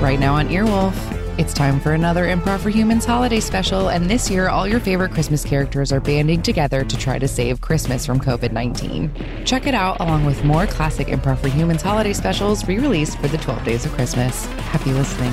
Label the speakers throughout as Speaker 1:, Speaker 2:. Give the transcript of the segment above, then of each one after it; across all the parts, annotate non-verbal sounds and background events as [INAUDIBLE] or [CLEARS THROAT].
Speaker 1: Right now on Earwolf, it's time for another Improv for Humans holiday special, and this year all your favorite Christmas characters are banding together to try to save Christmas from COVID 19. Check it out along with more classic Improv for Humans holiday specials re released for the 12 days of Christmas. Happy listening.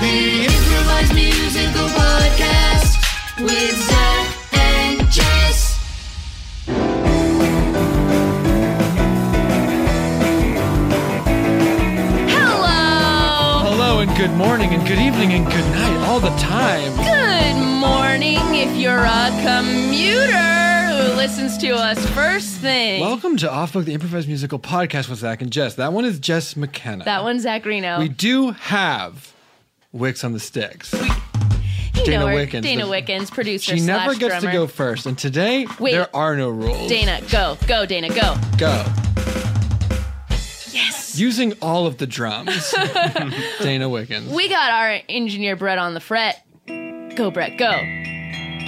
Speaker 2: The improvised musical podcast with Zach and Jess.
Speaker 3: Hello!
Speaker 4: Hello and good morning and good evening and good night all the time.
Speaker 3: Good morning if you're a commuter who listens to us first thing.
Speaker 4: Welcome to Off Book, the improvised musical podcast with Zach and Jess. That one is Jess McKenna.
Speaker 3: that one's Zach Reno.
Speaker 4: We do have Wicks on the Sticks.
Speaker 3: You
Speaker 4: Dana
Speaker 3: know her.
Speaker 4: Wickens.
Speaker 3: Dana
Speaker 4: The-
Speaker 3: Wickens, producer.
Speaker 4: she
Speaker 3: slash
Speaker 4: never gets to
Speaker 3: drummer.
Speaker 4: go first, and today
Speaker 3: Wait.
Speaker 4: there are no rules.
Speaker 3: Dana, go, go,
Speaker 4: [LAUGHS]
Speaker 3: Dana, go. [LAUGHS]
Speaker 4: go.
Speaker 3: Yes.
Speaker 4: Using all of the
Speaker 3: [LAUGHS]
Speaker 4: drums, Dana Wickens
Speaker 3: We got our engineer Brett on the fret. Go, Brett, go.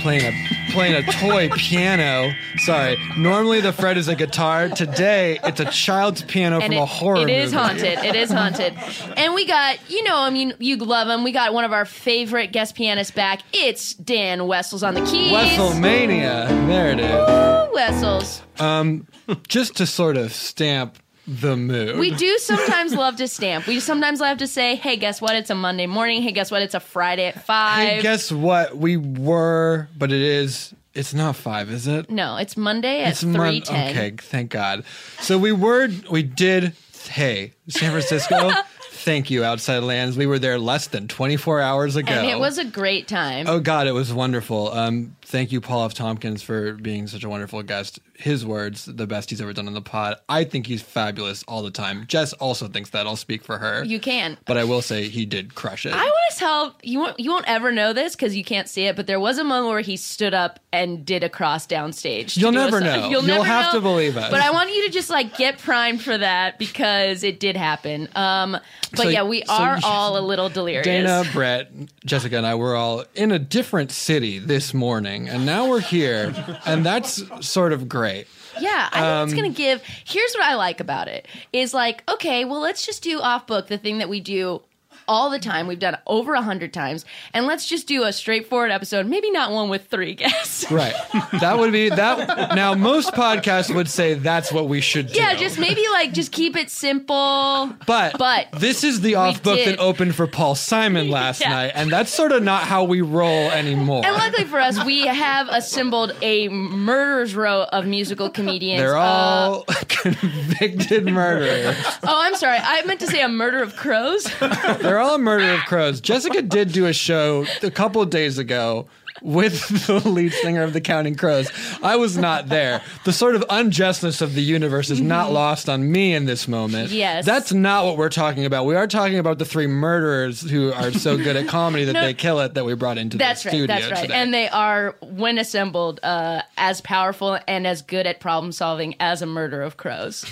Speaker 4: playing a playing a toy
Speaker 3: [LAUGHS]
Speaker 4: piano. Sorry, normally the fret is a guitar. Today it's a child's piano
Speaker 3: And
Speaker 4: from
Speaker 3: it-
Speaker 4: a horror
Speaker 3: it is
Speaker 4: movie.
Speaker 3: haunted. It
Speaker 4: [LAUGHS]
Speaker 3: is haunted. And we got, you know, I mean, you love him. We got one of our favorite guest pianists back. It's Dan Wessels on the keys.
Speaker 4: Wesselmania. There it is.
Speaker 3: Woo, Wessels.
Speaker 4: Um, just to sort of stamp the mood.
Speaker 3: We do sometimes love to stamp. We sometimes love to say, hey, guess what? It's a Monday morning. Hey, guess what? It's a Friday at 5.
Speaker 4: hey, guess what? We were, but it is. It's not five, is it?
Speaker 3: no, it's Monday at
Speaker 4: it's Mon-
Speaker 3: 3.10.
Speaker 4: Okay, thank God. So we were, we did. Hey, San
Speaker 3: [LAUGHS]
Speaker 4: Francisco, thank you, Outside Lands. We were there less than 24 hours ago.
Speaker 3: And it was a great time.
Speaker 4: Oh God, it was wonderful. Um, thank you, Paul F. Tompkins, for being such a wonderful guest. His words, the best he's ever done on the pod. I think he's fabulous all the time. Jess also thinks that. I'll speak for her.
Speaker 3: You can.
Speaker 4: but I will say he did crush it.
Speaker 3: I want to tell you won't you won't ever know this because you can't see it, but there was a moment where he stood up and did a cross downstage. to
Speaker 4: You'll
Speaker 3: do a
Speaker 4: never
Speaker 3: [LAUGHS] song.
Speaker 4: know. You'll have to believe us.
Speaker 3: But I want you to just like get primed for that because it did happen. Um, but
Speaker 4: So-
Speaker 3: yeah, we
Speaker 4: so
Speaker 3: are
Speaker 4: yes.
Speaker 3: all a little delirious.
Speaker 4: Dana, Brett, Jessica, and I were all in a different city this morning, and now we're here, and that's sort of great.
Speaker 3: Yeah, I think it's
Speaker 4: Um,
Speaker 3: gonna give. Here's what I like about it is like, okay, well, let's just do off book the thing that we do all the time. We've done it over a hundred times, and let's just do a straightforward episode. Maybe not one with three [LAUGHS] guests.
Speaker 4: Right. That would be that. Now, most podcasts would say that's what we should do.
Speaker 3: Yeah, just maybe like just keep it simple.
Speaker 4: But,
Speaker 3: but
Speaker 4: this is the off book
Speaker 3: did.
Speaker 4: that opened for Paul Simon last
Speaker 3: [LAUGHS] Yeah.
Speaker 4: night, and that's sort of not how we roll anymore. [LAUGHS]
Speaker 3: and luckily for us, we have assembled a murderer's row of musical comedians.
Speaker 4: They're
Speaker 3: Uh,
Speaker 4: all convicted murderers. [LAUGHS]
Speaker 3: oh, I'm sorry, I meant to say a murder of crows.
Speaker 4: They're They're all murder of crows. Jessica did do a show a couple of days ago with [LAUGHS] the lead singer of the Counting Crows. I was not there. The sort of unjustness of the universe is not lost on me in this moment.
Speaker 3: Mm-hmm. Yes.
Speaker 4: That's not what we're talking about. We are talking about the three murderers who are so good at comedy that
Speaker 3: No.
Speaker 4: they kill it that we brought into
Speaker 3: That's
Speaker 4: the
Speaker 3: right.
Speaker 4: studio
Speaker 3: That's right.
Speaker 4: today.
Speaker 3: And they are, when assembled, uh, as powerful and as good at problem solving as a murder of crows.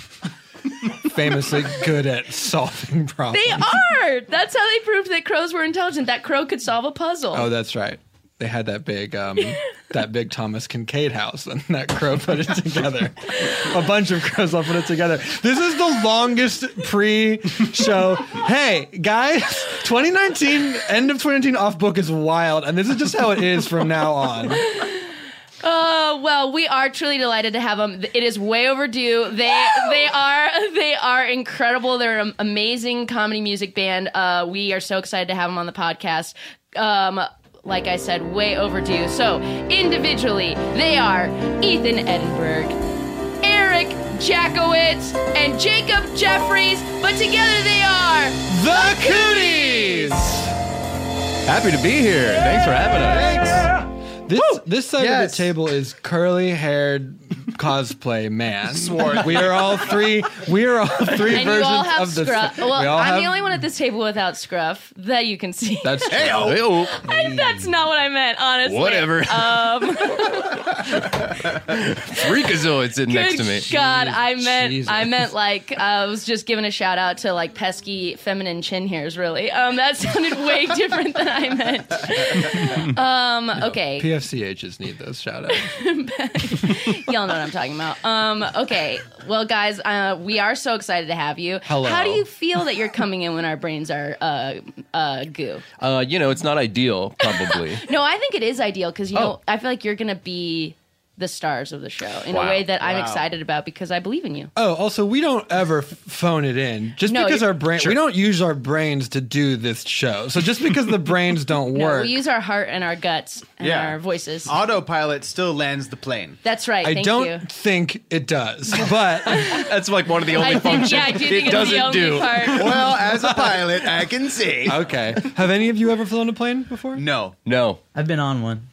Speaker 4: famously good at solving problems.
Speaker 3: They are. That's how they proved that crows were intelligent. That crow could solve a puzzle.
Speaker 4: Oh, that's right. They had that big, um, that big Thomas Kincaid house, and that crow put it together. A bunch of crows all put it together. This is the longest pre-show. hey guys, 2019, end of 2019 off book is wild, and this is just how it is from now on.
Speaker 3: Uh, well, we are truly delighted to have them. It is way overdue. They they are [LAUGHS] they are incredible. They're an amazing comedy music band. Uh, we are so excited to have them on the podcast. Um, like I said, way overdue. So individually, they are Ethan Edinburgh, Eric Jackowitz, and Jacob Jeffries. But together they are.
Speaker 4: The Cooties.
Speaker 5: Happy to be here. Thanks for having us.
Speaker 4: This this side of
Speaker 5: Yes.
Speaker 4: the table is curly-haired cosplay man. We are all three. We are all three versions
Speaker 3: And you all have
Speaker 4: of the.
Speaker 3: scruff. Well,
Speaker 4: we all
Speaker 3: I'm
Speaker 4: have-
Speaker 3: the only one at this table without scruff that you can see. [LAUGHS]
Speaker 4: That's true.
Speaker 5: Hey-o.
Speaker 3: I- that's not what I meant, honestly.
Speaker 5: Whatever.
Speaker 3: Um,
Speaker 5: Freakazoid sitting [LAUGHS] next to me.
Speaker 3: Good God, I meant
Speaker 4: Jesus.
Speaker 3: I meant like uh, I was just giving a shout out to like pesky feminine chin hairs. Really, um, that [LAUGHS] sounded way different than I meant. Um, okay,
Speaker 4: PFCHs need those shout outs.
Speaker 3: y'all know what I'm talking about. Um, okay, well, guys, uh, we are so excited to have you.
Speaker 4: Hello.
Speaker 3: How do you feel that you're coming in when our brains are uh, uh, goo?
Speaker 5: Uh, you know, it's not ideal,
Speaker 6: [LAUGHS]
Speaker 5: probably.
Speaker 3: No, I think it is ideal because you know
Speaker 5: Oh.
Speaker 3: I feel like you're gonna be the stars of the show in a
Speaker 5: Wow.
Speaker 3: way that I'm excited about because I believe in you.
Speaker 4: Oh, also, we don't ever f- phone it in. Just
Speaker 3: No,
Speaker 4: because
Speaker 3: you-
Speaker 4: our brain, we don't use our brains to do this show. So just because the brains don't
Speaker 3: [LAUGHS] No,
Speaker 4: work,
Speaker 3: we use our heart and our guts and
Speaker 6: Yeah.
Speaker 3: our
Speaker 6: [LAUGHS]
Speaker 3: voices.
Speaker 6: Autopilot still lands the plane.
Speaker 3: That's right.
Speaker 4: I
Speaker 3: thank
Speaker 4: don't
Speaker 3: you.
Speaker 4: think it
Speaker 3: [LAUGHS]
Speaker 4: does. But
Speaker 5: That's like one of the only
Speaker 3: I think,
Speaker 5: functions.
Speaker 3: yeah, I do
Speaker 5: it
Speaker 3: think it's the
Speaker 5: doesn't
Speaker 3: only
Speaker 5: do.
Speaker 3: part.
Speaker 6: Well, as a pilot, I can see.
Speaker 4: [LAUGHS] okay, have any of you ever flown a plane before?
Speaker 6: No.
Speaker 5: No.
Speaker 7: I've been on one.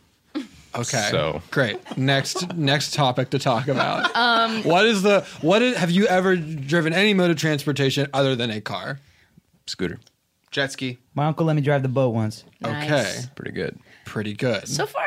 Speaker 4: Okay,
Speaker 5: So.
Speaker 4: great. Next, next topic to talk about. Um, [LAUGHS] what is the what is, have you ever driven any mode of transportation other than a car?
Speaker 5: Scooter.
Speaker 6: Jet ski.
Speaker 7: My uncle let me drive the boat once.
Speaker 3: Nice.
Speaker 4: Okay,
Speaker 5: Pretty good.
Speaker 4: pretty good.
Speaker 3: So far,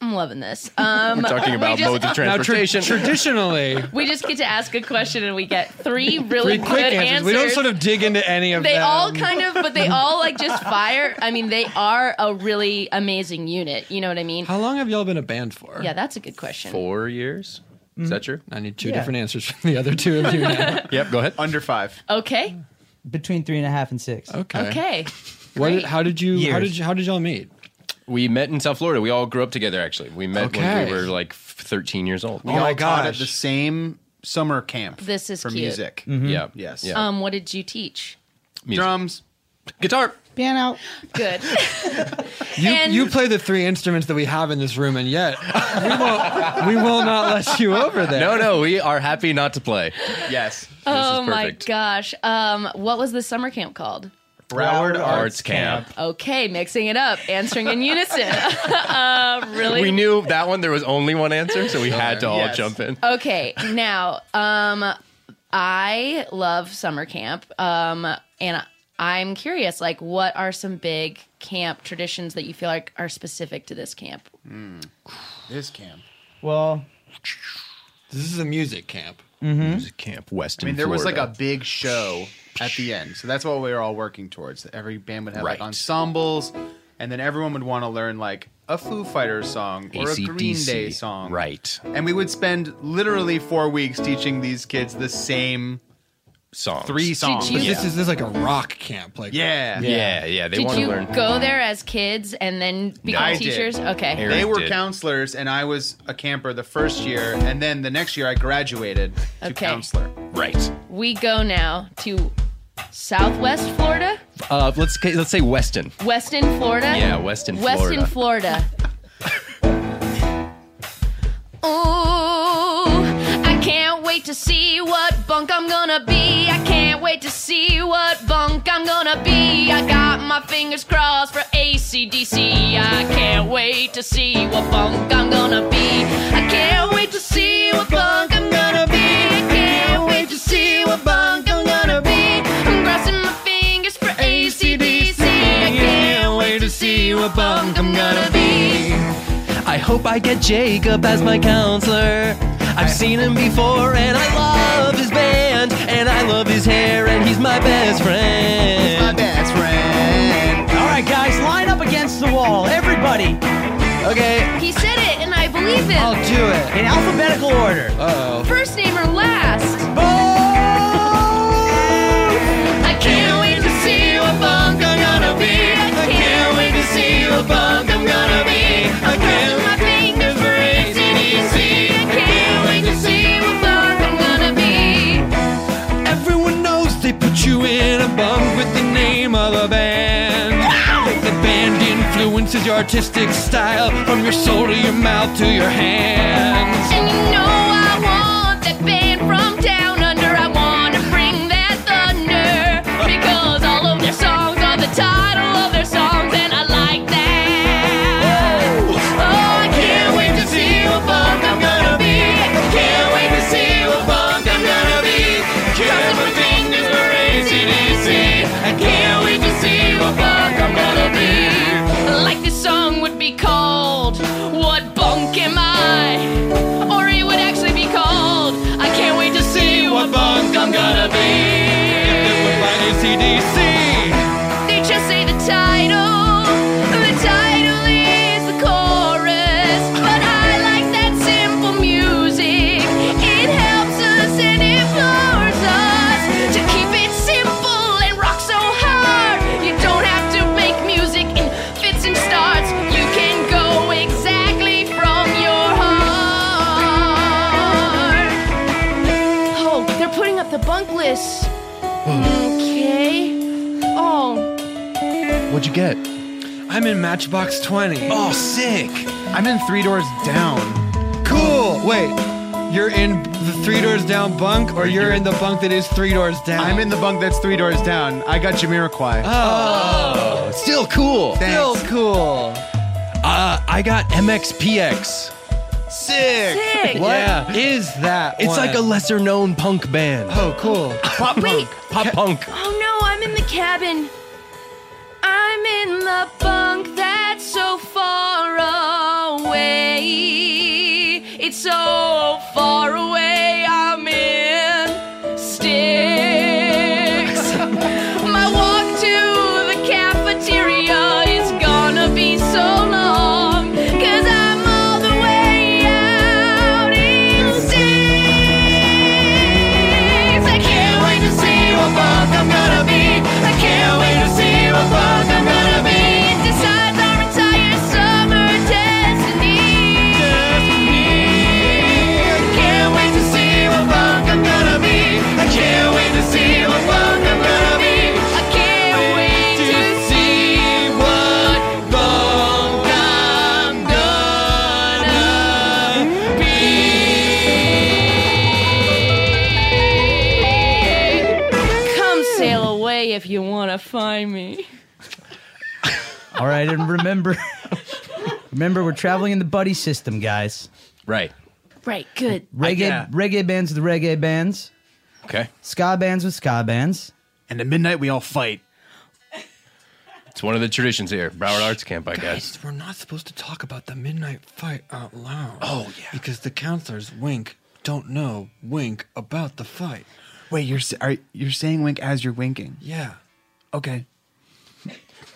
Speaker 3: I'm loving this. Um, [LAUGHS]
Speaker 5: Talking about
Speaker 3: just-
Speaker 5: modes of
Speaker 4: now, tra-
Speaker 5: transportation.
Speaker 4: traditionally,
Speaker 3: we just get to ask a question and we get three [LAUGHS] really
Speaker 4: three
Speaker 3: good
Speaker 4: quick answers.
Speaker 3: answers.
Speaker 4: We don't sort of dig into any of
Speaker 3: They
Speaker 4: them.
Speaker 3: all kind of, but they all like just fire. I mean, they are a really amazing unit. You know what I mean?
Speaker 4: How long have y'all been a band for?
Speaker 3: Yeah, that's a good question.
Speaker 5: Four years. Is that true?
Speaker 4: Mm-hmm. I need two
Speaker 7: Yeah.
Speaker 4: different answers from the other two of you
Speaker 3: [LAUGHS]
Speaker 4: now.
Speaker 5: Yep. Go ahead.
Speaker 6: Under five.
Speaker 3: Okay.
Speaker 7: Between three and a half and six.
Speaker 4: Okay.
Speaker 3: Okay.
Speaker 4: What did, how did you? How
Speaker 7: Years.
Speaker 4: did you? How did y'all meet?
Speaker 5: We met in South Florida. We all grew up together. Actually, we met when
Speaker 4: Okay.
Speaker 5: we were like 13 years old.
Speaker 6: We
Speaker 4: Oh
Speaker 6: all
Speaker 4: my
Speaker 6: taught at
Speaker 4: gosh.
Speaker 6: the same summer camp.
Speaker 3: This is
Speaker 6: for
Speaker 3: cute.
Speaker 6: music.
Speaker 4: Mm-hmm.
Speaker 5: Yeah.
Speaker 6: Yes.
Speaker 4: Uh,
Speaker 5: Yeah.
Speaker 3: Um, what did you teach?
Speaker 5: Music.
Speaker 6: Drums.
Speaker 5: guitar.
Speaker 7: Piano.
Speaker 5: [LAUGHS]
Speaker 3: Good.
Speaker 4: You,
Speaker 3: And-
Speaker 4: you play the three instruments that we have in this room, and yet we won't. we will not let you over there.
Speaker 5: No, no, we are happy not to play.
Speaker 6: Yes.
Speaker 3: [LAUGHS] oh my
Speaker 5: perfect.
Speaker 3: gosh. Um, what was the summer camp called?
Speaker 6: Broward Arts.
Speaker 5: Arts camp.
Speaker 3: Okay, mixing it up, answering in unison. [LAUGHS] uh, really?
Speaker 5: We knew that one. There was only one answer, so we had to all
Speaker 6: Yes.
Speaker 5: jump in.
Speaker 3: Okay, now, um, I love summer camp. Um, and I'm curious, like, what are some big camp traditions that you feel like are specific to this camp?
Speaker 6: Mm. This camp.
Speaker 7: Well,
Speaker 4: This is a music camp.
Speaker 5: Music camp West.
Speaker 6: I mean, there was like a big show at the end, so that's what we were all working towards. Every band would have
Speaker 5: Right.
Speaker 6: like ensembles, and then everyone would want to learn like a Foo Fighters song or a Green Day song,
Speaker 5: Right.
Speaker 6: And we would spend literally four weeks teaching these kids the same
Speaker 5: Song.
Speaker 6: three songs.
Speaker 3: you-
Speaker 4: But
Speaker 3: Yeah.
Speaker 4: This is this is like a rock camp. Like
Speaker 6: yeah.
Speaker 5: Yeah, yeah. They
Speaker 3: Did
Speaker 5: want to
Speaker 3: you
Speaker 5: learn.
Speaker 3: go there as kids and then become
Speaker 6: I did.
Speaker 3: teachers? Okay.
Speaker 5: Eric
Speaker 6: They were
Speaker 5: did.
Speaker 6: counselors, and I was a camper the first year, and then the next year I graduated to
Speaker 3: Okay.
Speaker 6: counselor.
Speaker 5: Right.
Speaker 3: We go now to Southwest Florida,
Speaker 5: Uh, let's ca- let's say Weston.
Speaker 3: Weston, Florida.
Speaker 5: Yeah, Weston, Florida.
Speaker 3: Weston, Florida. Ooh, I can't wait to see what bunk I'm gonna be. I can't wait to see what bunk punk I'm gonna be. I got my fingers crossed for ACDC. I can't wait to see what punk I'm gonna be. I can't wait to see what punk I'm gonna be. I can't wait to see what punk I'm gonna be. I'm crossing my fingers for ACDC. I can't wait to see what punk I'm gonna be.
Speaker 8: I hope I get Jacob as my counselor. I've seen him before and I love his band and I love his hair and he's my best friend. He's my best friend. All right, guys, line up against the wall, everybody.
Speaker 5: Okay.
Speaker 3: He said it, and I believe him.
Speaker 5: I'll do it.
Speaker 8: In alphabetical order.
Speaker 5: Uh oh.
Speaker 3: First name or last? I can't wait to see what bunk I'm gonna be. I can't wait to see what bunk I'm gonna be. I can't my fingers for ACDC. I can't wait to see what bunk I'm gonna be.
Speaker 8: Everyone knows they put you in a bunk with the name of a band. The band influences your artistic style from your soul to your mouth to your hands.
Speaker 3: And you know I want that band from down under. I wanna bring that thunder because all of their songs are the title of their songs, and I like that. Oh, I can't wait to see what bunk I'm gonna be. I can't wait to see what bunk I'm gonna be. Crossing my fingers for ACDC. I can't wait to see what bunk I'm gonna be. Like this song would be called "What Bunk Am I?" or it would actually be called "I Can't Wait to See What Bunk I'm Gonna Be."
Speaker 8: By ACDC.
Speaker 3: They just say the title. The title is the chorus. But I like that simple music. It helps us and it floors us to keep it simple and rock so hard. You don't have to make music in fits and starts. You can go exactly from your heart. Oh, they're putting up the bunk list. Okay. Oh,
Speaker 6: What'd you get?
Speaker 4: I'm in Matchbox 20.
Speaker 8: Oh, sick.
Speaker 6: I'm in Three Doors Down.
Speaker 4: Cool. Wait, you're in the Three Doors Down bunk, or you're in the bunk that is Three Doors Down?
Speaker 6: I'm in the bunk that's Three Doors Down. I got Jamiroquai.
Speaker 8: Oh, still cool.
Speaker 4: Still cool.
Speaker 8: Uh, I got MXPX. Sick.
Speaker 3: sick.
Speaker 4: What
Speaker 8: Yeah.
Speaker 4: is that?
Speaker 8: It's like a
Speaker 4: one?
Speaker 8: lesser known punk band.
Speaker 4: Oh, cool.
Speaker 8: Pop punk. Pop punk.
Speaker 3: Oh no, I'm in the cabin. I'm in the bunk that's so far away. It's so far away. I'm in sticks. My walk to the cafeteria is gonna be so long. Cause I'm all the way out in sticks. I can't wait to see what bug I'm gonna be. I can't wait to see what bug I'm gonna be. It decides our entire summer destiny. I can't wait to see what bug I'm gonna be. I can't wait to see what bug I'm gonna be. I can't wait to see what bug I'm gonna be. Come sail away if you wanna find me.
Speaker 7: All right, and remember, [LAUGHS] remember, we're traveling in the buddy system, guys.
Speaker 8: Right.
Speaker 3: Right, good.
Speaker 7: Reggae,
Speaker 6: yeah.
Speaker 7: reggae bands with reggae bands,
Speaker 8: Okay.
Speaker 7: ska bands with ska bands.
Speaker 6: And at midnight, we all fight.
Speaker 8: It's one of the traditions here. Broward Arts Camp, I guess.
Speaker 4: We're not supposed to talk about the midnight fight out loud.
Speaker 8: Oh, yeah.
Speaker 4: Because the counselors, wink, don't know, wink, about the fight.
Speaker 6: Wait, you're s- are, you're saying wink as you're winking?
Speaker 4: Yeah.
Speaker 6: Okay.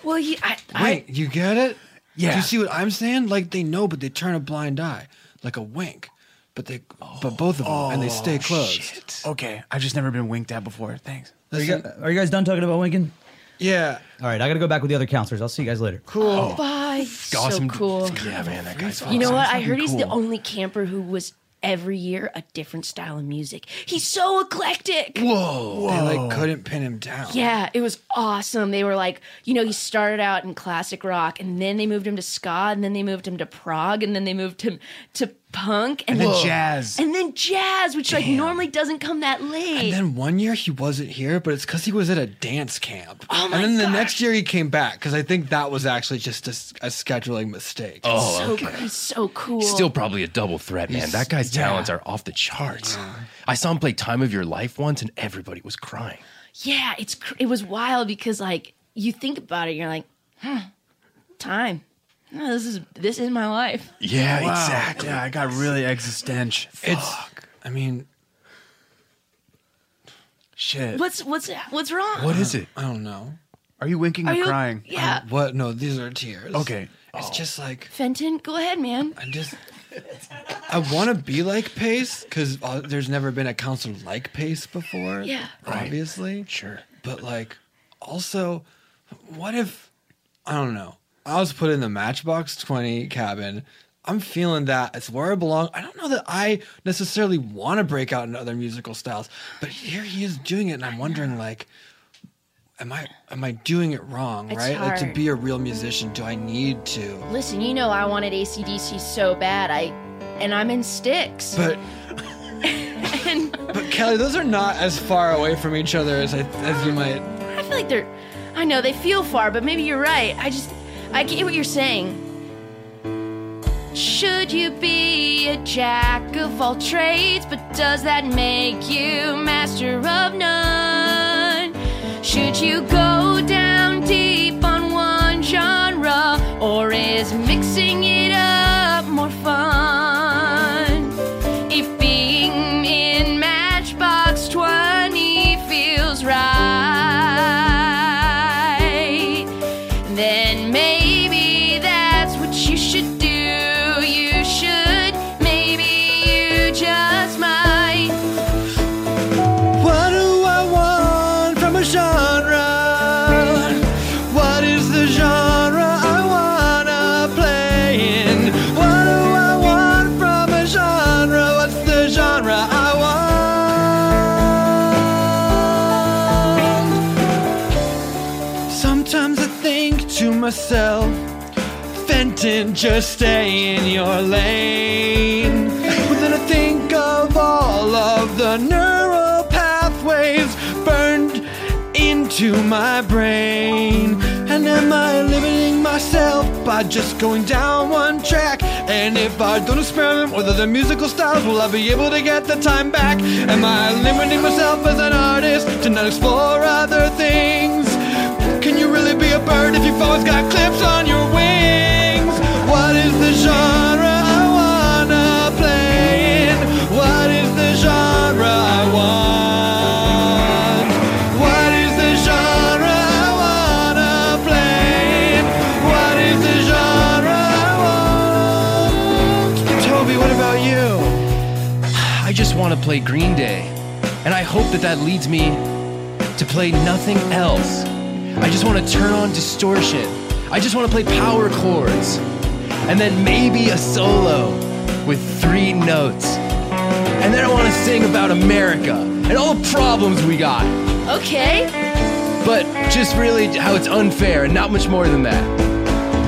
Speaker 3: Well, he, I, I,
Speaker 4: Wait, you get it? Do
Speaker 6: Yeah.
Speaker 4: you see what I'm saying? Like they know, but they turn a blind eye, like a wink. But they, but both of them, and they stay closed.
Speaker 6: Okay. Oh, I've just never been winked at before. Thanks.
Speaker 7: Are you, guys, are you guys done talking about Lincoln?
Speaker 4: Yeah.
Speaker 7: All right, I gotta go back with the other counselors. I'll see you guys later. Cool.
Speaker 9: Oh,
Speaker 3: bye. So cool.
Speaker 8: Yeah, man, that guy's
Speaker 3: You know what? I
Speaker 6: fucking
Speaker 3: heard he's the
Speaker 6: cool.
Speaker 3: only camper who was every year a different style of music. He's so eclectic.
Speaker 4: Whoa. They like couldn't pin him down.
Speaker 3: Yeah, it was awesome. They were like, you know, he started out in classic rock and then they moved him to ska and then they moved him to prog and then they moved him to punk
Speaker 4: And then Whoa. jazz.
Speaker 3: And then jazz, which like normally doesn't come that late.
Speaker 4: And then one year he wasn't here, but it's because he was at a dance camp.
Speaker 3: Oh my
Speaker 4: and then the next year he came back because I think that was actually just a, s- a scheduling mistake.
Speaker 5: Oh,
Speaker 3: so,
Speaker 5: okay.
Speaker 3: cool. He's so cool.
Speaker 5: Still probably a double threat, man.
Speaker 4: He's-
Speaker 5: That guy's
Speaker 4: yeah.
Speaker 5: talents are off the charts. I saw him play Time of Your Life once, and everybody was crying.
Speaker 3: Yeah, it's cr- it was wild because like you think about it, you're like, huh, time. No, this is this is my life.
Speaker 5: Yeah, exactly.
Speaker 6: Yeah, I got really existential. Fuck.
Speaker 4: I mean,
Speaker 6: shit.
Speaker 3: What's what's what's wrong?
Speaker 4: it? I don't know.
Speaker 6: Are you winking
Speaker 3: Are or you- crying? Oh. yeah.
Speaker 4: Um, what? No, these are tears.
Speaker 6: Okay.
Speaker 4: It's just like
Speaker 3: Fenton, go ahead, man.
Speaker 4: I'm just I want to be like Pace because uh, there's never been a counselor like Pace before.
Speaker 3: Yeah.
Speaker 5: Right.
Speaker 4: Obviously.
Speaker 5: Sure.
Speaker 4: But like, also, what if I don't know? I was put in the Matchbox Twenty cabin. I'm feeling that it's where I belong. I don't know that I necessarily want to break out into other musical styles, but here he is doing it, and I'm wondering like, am I am I doing it wrong?
Speaker 3: It's
Speaker 4: right? Like to
Speaker 3: hard.
Speaker 4: be a real musician, do I need to?
Speaker 3: Listen, you know I wanted ACDC so bad. I and I'm in sticks. [LAUGHS]
Speaker 4: But but Kelly, those are not as far away from each other as I, as you might.
Speaker 3: I feel like they're. I know they feel far, but maybe you're right. I just. I get what you're saying. Should you be a jack of all trades, but does that make you master of none? Should you go down deep on one genre, or is mixing it up more fun? If being in Matchbox 20 feels right, then maybe that's what you should do. You should, maybe you just might.
Speaker 10: What do I want from a genre? What is the genre I wanna play in? What do I want from a genre? What's the genre I want? Sometimes I think to myself, Fenton, just stay in your lane. But then I think of all of the neural pathways burned into my brain. And am I limiting myself by just going down one track? And if I don't experiment with other musical styles, will I be able to get the time back? Am I limiting myself as an artist to not explore other things? Can you really be a bird if you've always got clips on your wings? What is the genre I wanna play in? What is the genre I want? What is the genre I wanna play in? What is the genre I want? Toby, what about you?
Speaker 5: I just want to play Green Day, and I hope that that leads me to play nothing else. I just want to turn on distortion. I just want to play power chords, and then maybe a solo with three notes. And then I want to sing about America and all the problems we got,
Speaker 3: Okay.
Speaker 5: but just really how it's unfair and not much more than that.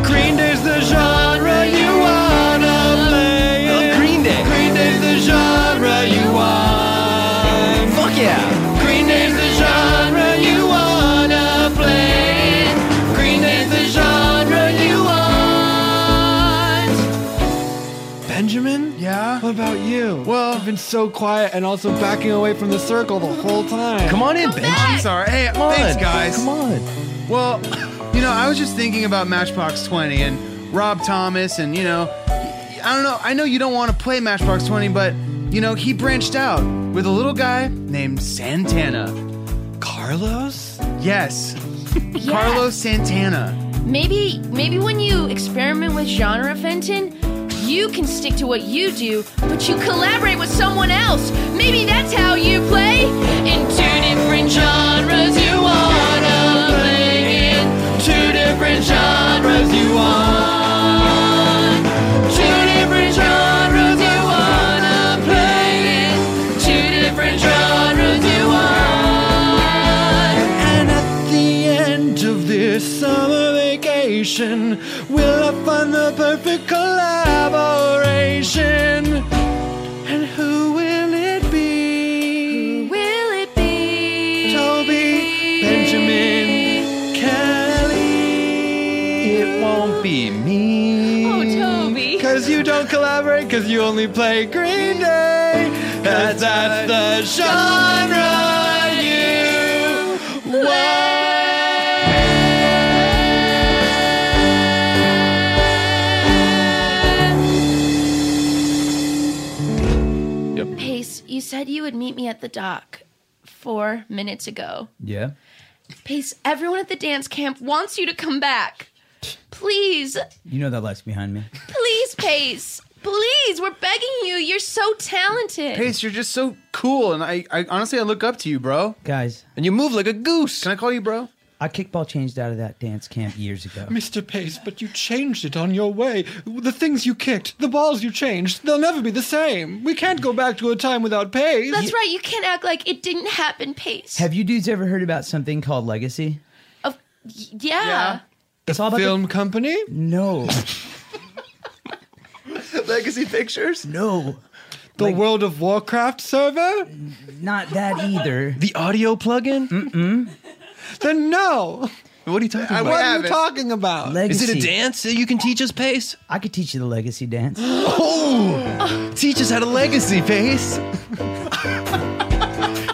Speaker 10: Green Day's the genre you wanna play. in. Green Day. Green Day's the genre you want. Fuck yeah. Green Day's the genre you wanna play. in. Green Day's the genre you want.
Speaker 4: Benjamin? Yeah? What about you? Well, I've been so quiet and also backing away from the circle the whole time.
Speaker 5: Come on in,
Speaker 6: Benjamin. I'm sorry. Hey,
Speaker 4: Come on.
Speaker 6: thanks, guys.
Speaker 5: Come on.
Speaker 6: Well, you know, I was just thinking about Matchbox 20 and Rob Thomas, and, you know, I don't know. I know you don't want to play Matchbox 20, but, you know, he branched out with a little guy named Santana.
Speaker 4: Carlos?
Speaker 6: Yes. Carlos Santana.
Speaker 3: Maybe, maybe when you experiment with genre, Fenton, you can stick to what you do, but you collaborate with someone else. Maybe that's how you play in two different genres. You wanna play in
Speaker 10: Two different genres you want. Two different genres you wanna play. station? Will I find the perfect collaboration? And who will it be? Who will it be? Toby, Benjamin, Kelly.
Speaker 5: It won't be me.
Speaker 10: Oh, Toby. Cause you don't collaborate, cause you only play Green Day. Cause that's the genre you
Speaker 3: Pace, you said you would meet me at the dock four minutes ago.
Speaker 7: Yeah.
Speaker 3: Pace, everyone at the dance camp wants you to come back. Please,
Speaker 7: You know that light's behind me.
Speaker 3: please, Pace. Please, we're begging you. You're so talented.
Speaker 6: Pace, you're just so cool, and I, I honestly I look up to you, bro.
Speaker 7: Guys,
Speaker 6: and you move like a goose. Can I call you bro?
Speaker 7: I kickball changed out of that dance camp years ago.
Speaker 4: Mr. Pace, but you changed it on your way. The things you kicked, the balls you changed, they'll never be the same. We can't go back to a time without Pace.
Speaker 3: That's right. You can't act like it didn't happen, Pace.
Speaker 7: Have you dudes ever heard about something called Legacy?
Speaker 3: Y- Yeah.
Speaker 7: It's all about
Speaker 4: film company?
Speaker 5: [LAUGHS]
Speaker 7: No.
Speaker 6: Legacy Pictures?
Speaker 7: No.
Speaker 4: The World of Warcraft server?
Speaker 7: Not that either.
Speaker 5: The audio plugin?
Speaker 7: Mm-mm.
Speaker 4: Then no.
Speaker 5: What are you talking about?
Speaker 4: what are you talking about?
Speaker 5: Is it a dance that you can teach us, Pace?
Speaker 7: I could teach you the legacy dance.
Speaker 5: [GASPS] oh! Teach us how to legacy, Pace.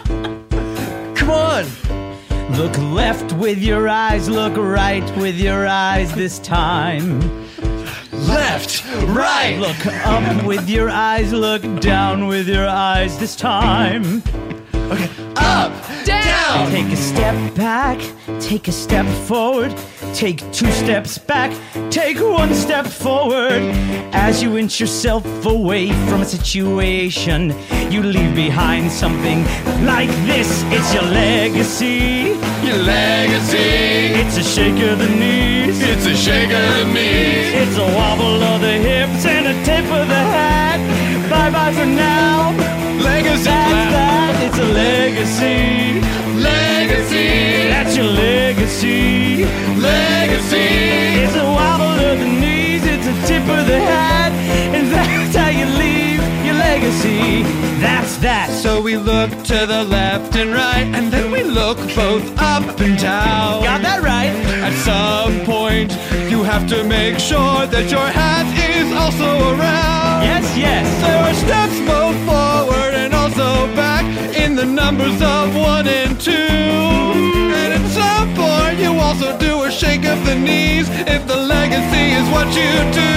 Speaker 5: [LAUGHS] Come on.
Speaker 7: Look left with your eyes, look right with your eyes this time.
Speaker 5: Left, right.
Speaker 7: Look up with your eyes, look down with your eyes this time.
Speaker 5: Up,
Speaker 7: down. Take a step back, take a step forward, take two steps back, take one step forward. As you inch yourself away from a situation, you leave behind something like this. It's your legacy.
Speaker 10: Your legacy.
Speaker 7: It's a shake of the knees.
Speaker 10: It's a shake of the knees.
Speaker 7: It's a wobble of the hips and a tip of the hat. Bye bye for now. Legacy. That's that. It's a legacy.
Speaker 10: Legacy.
Speaker 7: That's your legacy.
Speaker 10: Legacy.
Speaker 7: It's a wobble of the knees. It's a tip of the hat. And that's how you leave your legacy. That's that.
Speaker 10: So we look to the left and right, and then we look both up and down.
Speaker 7: Got that right.
Speaker 10: At some point, you have to make sure that your hat is also around.
Speaker 7: Yes, yes.
Speaker 10: There are steps both forward and also back in the numbers of one and two. And at some point, you also do a shake of the knees if the legacy is what you do.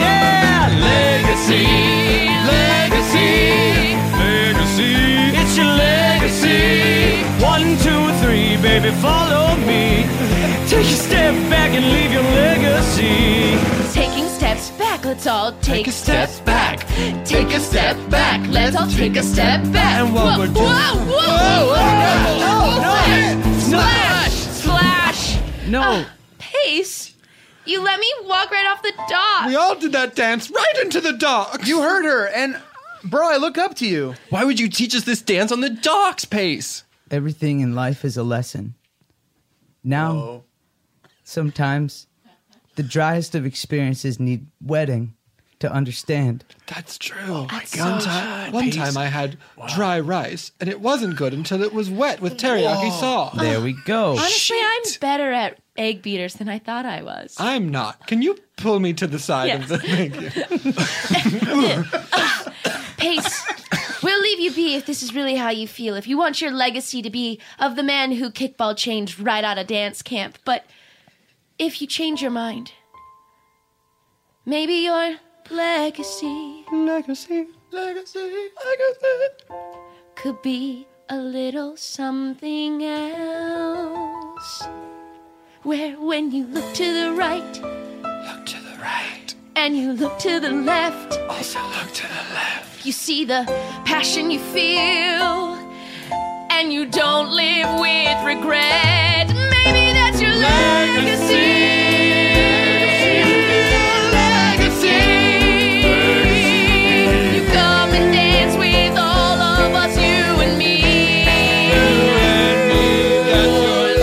Speaker 7: Yeah,
Speaker 10: legacy, legacy, legacy.
Speaker 7: It's your legacy. One, two, three, baby, follow me. Take a step back and leave your legacy.
Speaker 3: Taking steps back, let's all take, a
Speaker 10: step back.
Speaker 3: Take a step back, let's all take a step back.
Speaker 10: And what we're
Speaker 3: whoa,
Speaker 10: doing-
Speaker 3: whoa, whoa,
Speaker 10: Whoa,
Speaker 3: whoa,
Speaker 10: whoa,
Speaker 3: whoa,
Speaker 10: no,
Speaker 3: whoa,
Speaker 10: no,
Speaker 3: slash, slash, slash.
Speaker 7: No.
Speaker 3: Pace, you let me walk right off the dock.
Speaker 4: We all did that dance right into the docks.
Speaker 6: You heard her, and bro, I look up to you.
Speaker 5: Why would you teach us this dance on the docks, Pace?
Speaker 7: Everything in life is a lesson. Now, sometimes the driest of experiences need wetting to understand.
Speaker 4: That's true. Oh my
Speaker 10: That's
Speaker 4: One,
Speaker 10: so
Speaker 4: time,
Speaker 10: true.
Speaker 4: one
Speaker 10: Pace.
Speaker 4: time I had dry rice, and it wasn't good until it was wet with teriyaki
Speaker 7: Whoa.
Speaker 4: sauce.
Speaker 7: There we
Speaker 4: Oh,
Speaker 7: go.
Speaker 3: Honestly, I'm better at egg beaters than I thought I was.
Speaker 4: I'm not. Can you pull me to the side
Speaker 3: Yes.
Speaker 4: of the Thank you.
Speaker 3: [LAUGHS] Pace, we'll leave you be if this is really how you feel. If you want your legacy to be of the man who kickball changed right out of dance camp, but if you change your mind, maybe your legacy,
Speaker 10: Legacy, legacy, legacy.
Speaker 3: could be a little something else. Where when you look to the right,
Speaker 10: Look to the right.
Speaker 3: and you look to the left.
Speaker 10: Also look to the left.
Speaker 3: You see the passion you feel, and you don't live with regret. Maybe that's your legacy. You come and dance with all of us, you and me.
Speaker 10: That's your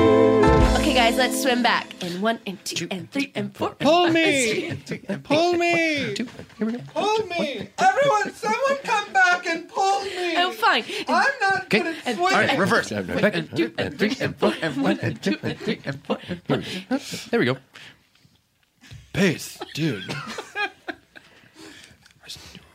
Speaker 10: legacy.
Speaker 3: Let's swim back. And one and two and three and four. and
Speaker 10: Pull
Speaker 3: five
Speaker 10: me!
Speaker 3: and six.
Speaker 10: Pull me! Pull me! Everyone, someone come back and pull me!
Speaker 3: Oh, fine.
Speaker 10: I'm not
Speaker 3: Okay.
Speaker 10: good at
Speaker 3: And-
Speaker 10: swimming.
Speaker 3: All right, reverse.
Speaker 5: Back and two and three and four and one and two and three and four. Here we go. There we go.
Speaker 4: Pace, dude.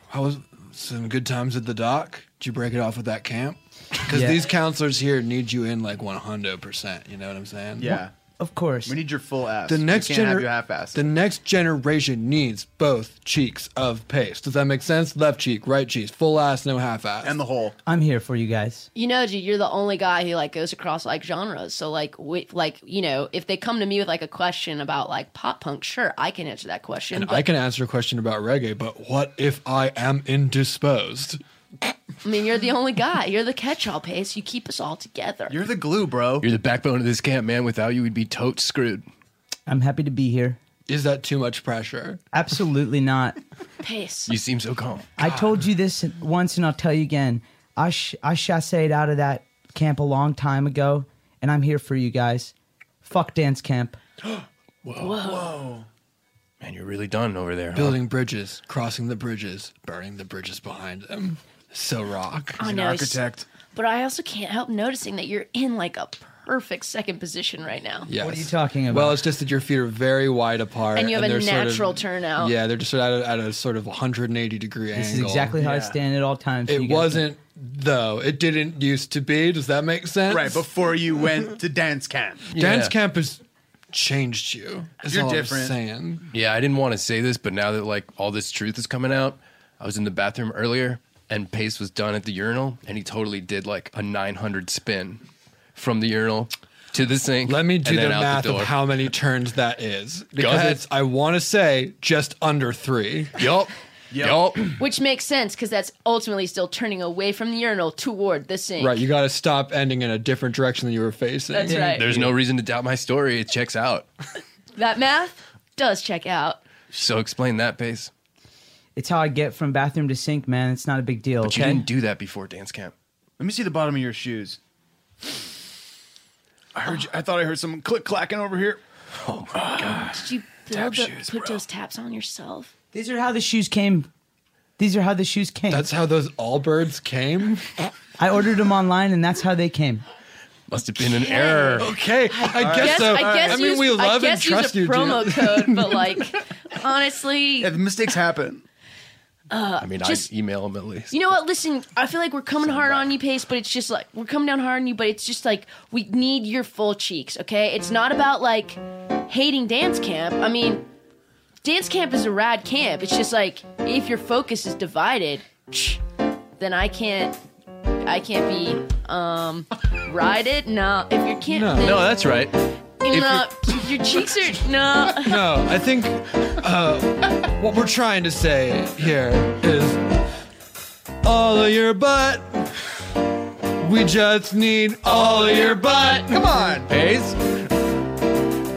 Speaker 4: How was some good times at the dock? Did you break it off with that camp? Because
Speaker 6: Yeah.
Speaker 4: these counselors here need you in like one hundred percent. You know what I'm saying?
Speaker 6: Yeah.
Speaker 7: Of course.
Speaker 6: We need your full ass.
Speaker 4: The next
Speaker 6: we can't have
Speaker 4: gener-
Speaker 6: you half-assed.
Speaker 4: The next generation needs both cheeks of pace. Does that make sense? Left cheek, right cheek, full ass, no half ass, and
Speaker 6: the whole.
Speaker 7: I'm here for you guys.
Speaker 3: You know, dude, you're the only guy who like goes across like genres. So like, wi- like you know, if they come to me with like a question about like pop punk, sure, I can answer that question.
Speaker 4: And
Speaker 3: but,
Speaker 4: I can answer a question about reggae, but what if I am indisposed?
Speaker 3: I mean, you're the only guy. You're the catch-all pace. You keep us all together.
Speaker 6: You're the glue, bro.
Speaker 5: You're the backbone of this camp, man. Without you, we'd be tote screwed.
Speaker 7: I'm happy to be here.
Speaker 4: Is that too much pressure?
Speaker 5: [LAUGHS]
Speaker 7: Absolutely not.
Speaker 3: pace.
Speaker 5: You seem so calm.
Speaker 7: I told you this once and I'll tell you again. I, sh- I chassayed out of that camp a long time ago, and I'm here for you guys. Fuck dance camp.
Speaker 5: Whoa.
Speaker 3: Whoa.
Speaker 5: Man, you're really done over there. huh?
Speaker 4: Building bridges, crossing the bridges, burning the bridges behind them. So rock.
Speaker 3: I know, he's- But I also can't help noticing that you're in like a perfect second position right now.
Speaker 4: Yes.
Speaker 7: What are you talking about?
Speaker 4: Well, it's just that your feet are very wide apart,
Speaker 3: And you have a
Speaker 4: they're sort of-
Speaker 3: natural turnout.
Speaker 4: Yeah, they're just at a, at a sort of 180 degree angle.
Speaker 7: This is exactly how I stand at all times. so
Speaker 4: It
Speaker 7: you guys
Speaker 4: wasn't though. It didn't used to be. Does that make sense?
Speaker 6: Right, before you went to dance camp.
Speaker 4: Dance
Speaker 5: Yeah.
Speaker 4: camp has changed you. Is
Speaker 6: You're
Speaker 4: all
Speaker 6: different.
Speaker 4: I'm saying.
Speaker 5: Yeah, I didn't want to say this, but now that like all this truth is coming out, I was in the bathroom earlier and Pace was done at the urinal and he totally did like a 900 spin from the urinal to the sink.
Speaker 4: Let me do
Speaker 5: and
Speaker 4: the
Speaker 5: then out
Speaker 4: math
Speaker 5: door.
Speaker 4: of how many turns that is
Speaker 5: Go
Speaker 4: because
Speaker 5: ahead.
Speaker 4: it's, I want to say just under three.
Speaker 5: Yup. Yup.
Speaker 3: Which makes sense because that's ultimately still turning away from the urinal toward the sink.
Speaker 4: Right, you got to stop ending in a different direction than you were facing.
Speaker 3: That's right.
Speaker 5: There's no reason to doubt my story. It checks out.
Speaker 3: That math does check out.
Speaker 5: So explain that, Pace.
Speaker 7: It's how I get from bathroom to sink, man. It's not a big deal.
Speaker 5: But you didn't do that before dance camp.
Speaker 6: Let me see the bottom of your shoes. I heard. You, I thought I heard someone click clacking over here.
Speaker 5: Oh my god!
Speaker 3: Did you build the, put those taps on yourself?
Speaker 7: These are how the shoes came. These are how the shoes came.
Speaker 4: That's how those
Speaker 9: [LAUGHS]
Speaker 4: Allbirds came.
Speaker 7: I ordered them online, and that's how they came.
Speaker 5: Must have been an error.
Speaker 4: Okay, I guess so.
Speaker 3: I guess
Speaker 4: I mean,
Speaker 3: use-
Speaker 4: we
Speaker 3: I
Speaker 4: love and
Speaker 3: guess use
Speaker 4: trust
Speaker 3: a
Speaker 4: you,
Speaker 3: promo
Speaker 4: Jim. [LAUGHS]
Speaker 3: code, but like, honestly,
Speaker 6: Yeah, the mistakes happen.
Speaker 3: uh,
Speaker 5: I mean,
Speaker 3: just
Speaker 5: I email him at least.
Speaker 3: You know what? Listen, I feel like we're coming hard on you, Pace, but it's just like we're coming down hard on you, but it's just like we need your full cheeks, okay? It's not about like hating dance camp. I mean, dance camp is a rad camp. It's just like if your focus is divided, then I can't I can't be um ride it. No, if you can't then,
Speaker 5: No, that's right.
Speaker 3: you
Speaker 5: if
Speaker 3: know, your cheeks
Speaker 4: [LAUGHS]
Speaker 3: are [LAUGHS] no.
Speaker 4: No, I think uh, what we're trying to say here is all of your butt. We just need all of your butt. Come on,
Speaker 5: Pace.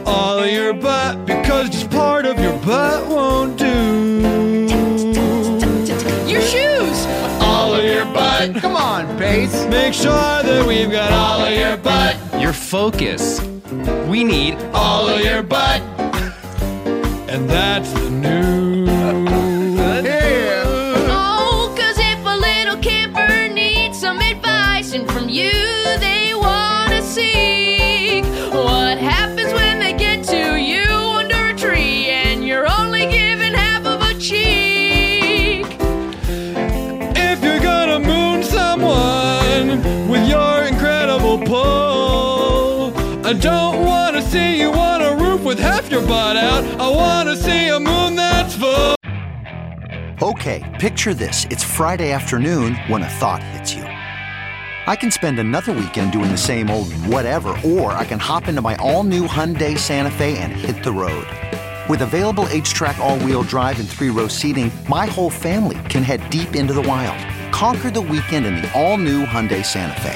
Speaker 4: All of your butt, because just part of your butt won't do.
Speaker 3: Your shoes.
Speaker 4: All of your butt.
Speaker 6: Come on, Pace.
Speaker 4: Make sure that we've got all of your butt.
Speaker 5: Your focus. We need
Speaker 4: all of your butt. And that's the news.
Speaker 3: Oh, 'cause if a little camper needs some advice and from you they want to seek what happens when they get to you under a tree and you're only given half of a cheek.
Speaker 4: If you're gonna moon someone with your incredible pull, I don't wanna see you on a roof with half your butt out. I wanna see a moon that's full.
Speaker 11: Okay, picture this. It's Friday afternoon when a thought hits you. I can spend another weekend doing the same old whatever, or I can hop into my all new Hyundai Santa Fe and hit the road. With available H track, all wheel drive, and three row seating, my whole family can head deep into the wild. Conquer the weekend in the all new Hyundai Santa Fe.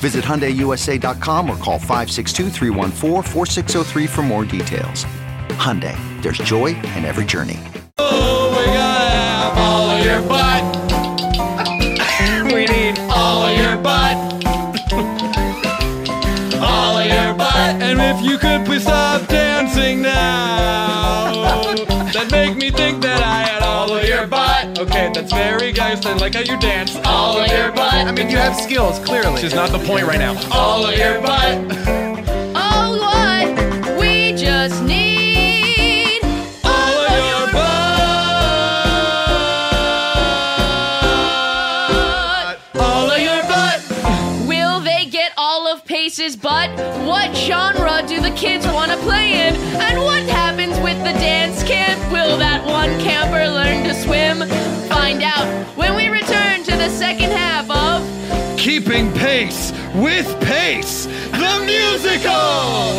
Speaker 11: Visit HyundaiUSA.com or call 562-314-4603 for more details. Hyundai, there's joy in every journey.
Speaker 10: all of your butt. [LAUGHS] we need all of your butt. all of your butt. And if you could please stop dancing now, that make me think that I had all of your butt. Okay, that's very nice. I like how you dance. All of your butt. I mean, you have skills, clearly. Which is not the point right now. All of your butt.
Speaker 3: Oh, what we just need.
Speaker 10: All of your butt. All of your butt.
Speaker 3: Will they get all of Pace's butt? What genre do the kids want to play in? And what happens with the dance camp? Will that one camper learn to swim? Find out when we return to the second half of.
Speaker 10: Keeping pace with pace, the musical.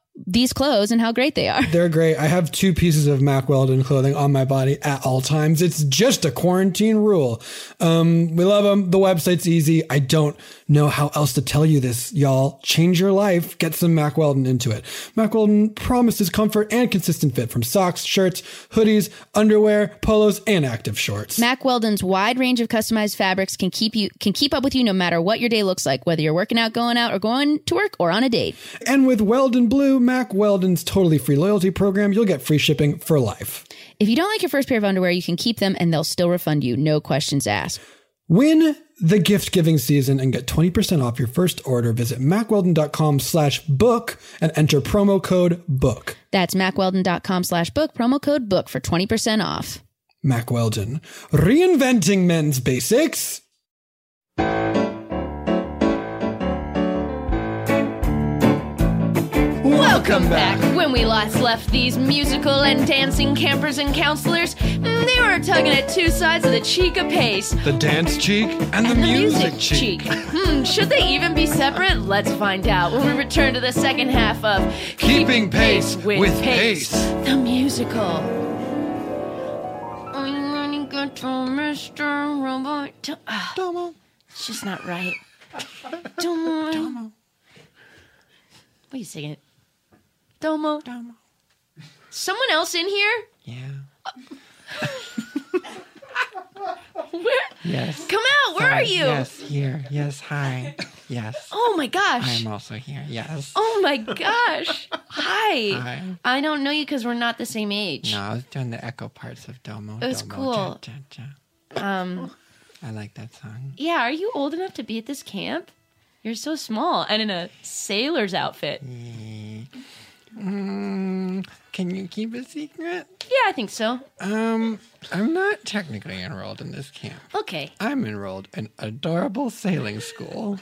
Speaker 12: these clothes and how great they are.
Speaker 4: They're great. I have two pieces of Mack Weldon clothing on my body at all times. It's just a quarantine rule. Um, we love them. The website's easy. I don't know how else to tell you this, y'all. Change your life. Get some Mack Weldon into it. Mack Weldon promises comfort and consistent fit from socks, shirts, hoodies, underwear, polos, and active shorts.
Speaker 12: Mack Weldon's wide range of customized fabrics can keep you can keep up with you no matter what your day looks like, whether you're working out, going out, or going to work or on a date.
Speaker 4: And with Weldon Blue, Mack Weldon's totally free loyalty program, you'll get free shipping for life.
Speaker 12: If you don't like your first pair of underwear, you can keep them and they'll still refund you, no questions asked.
Speaker 4: Win the gift giving season and get 20% off your first order. Visit macweldon.com slash book and enter promo code book.
Speaker 12: That's macweldon.com slash book, promo code book for 20% off.
Speaker 4: Mac Weldon, reinventing men's basics.
Speaker 3: Welcome back. When we last left these musical and dancing campers and counselors, mm, they were tugging at two sides of the cheek apace.
Speaker 8: The dance cheek and, the, music, cheek.
Speaker 3: Hmm, should they even be separate? Let's find out when we return to the second half of
Speaker 8: Keeping pace with
Speaker 3: the musical. I'm gonna get to Mr. Robot. To- ah, It's just not right. Domo. Domo. Wait a second. Domo. Domo. Someone else in here? Yeah.
Speaker 4: Yes.
Speaker 3: Come out. Where are
Speaker 4: Sorry.
Speaker 3: you?
Speaker 4: Yes, here. Yes, hi. Yes.
Speaker 3: [LAUGHS] Oh my gosh.
Speaker 4: I'm also here. Yes.
Speaker 3: Oh my gosh. Hi.
Speaker 4: Hi.
Speaker 3: I don't know you because we're not the same age.
Speaker 4: No, I was doing the echo parts of Domo.
Speaker 3: Oh, It was
Speaker 4: Domo,
Speaker 3: cool.
Speaker 4: Cha, cha,
Speaker 3: Um,
Speaker 4: cha. I like that song.
Speaker 3: yeah, are you old enough to be at this camp? You're so small and in a sailor's outfit.
Speaker 4: Mm, can you keep a secret?
Speaker 3: Yeah, I think so.
Speaker 4: Um, I'm not technically enrolled in this camp.
Speaker 3: Okay.
Speaker 4: I'm enrolled in adorable sailing school.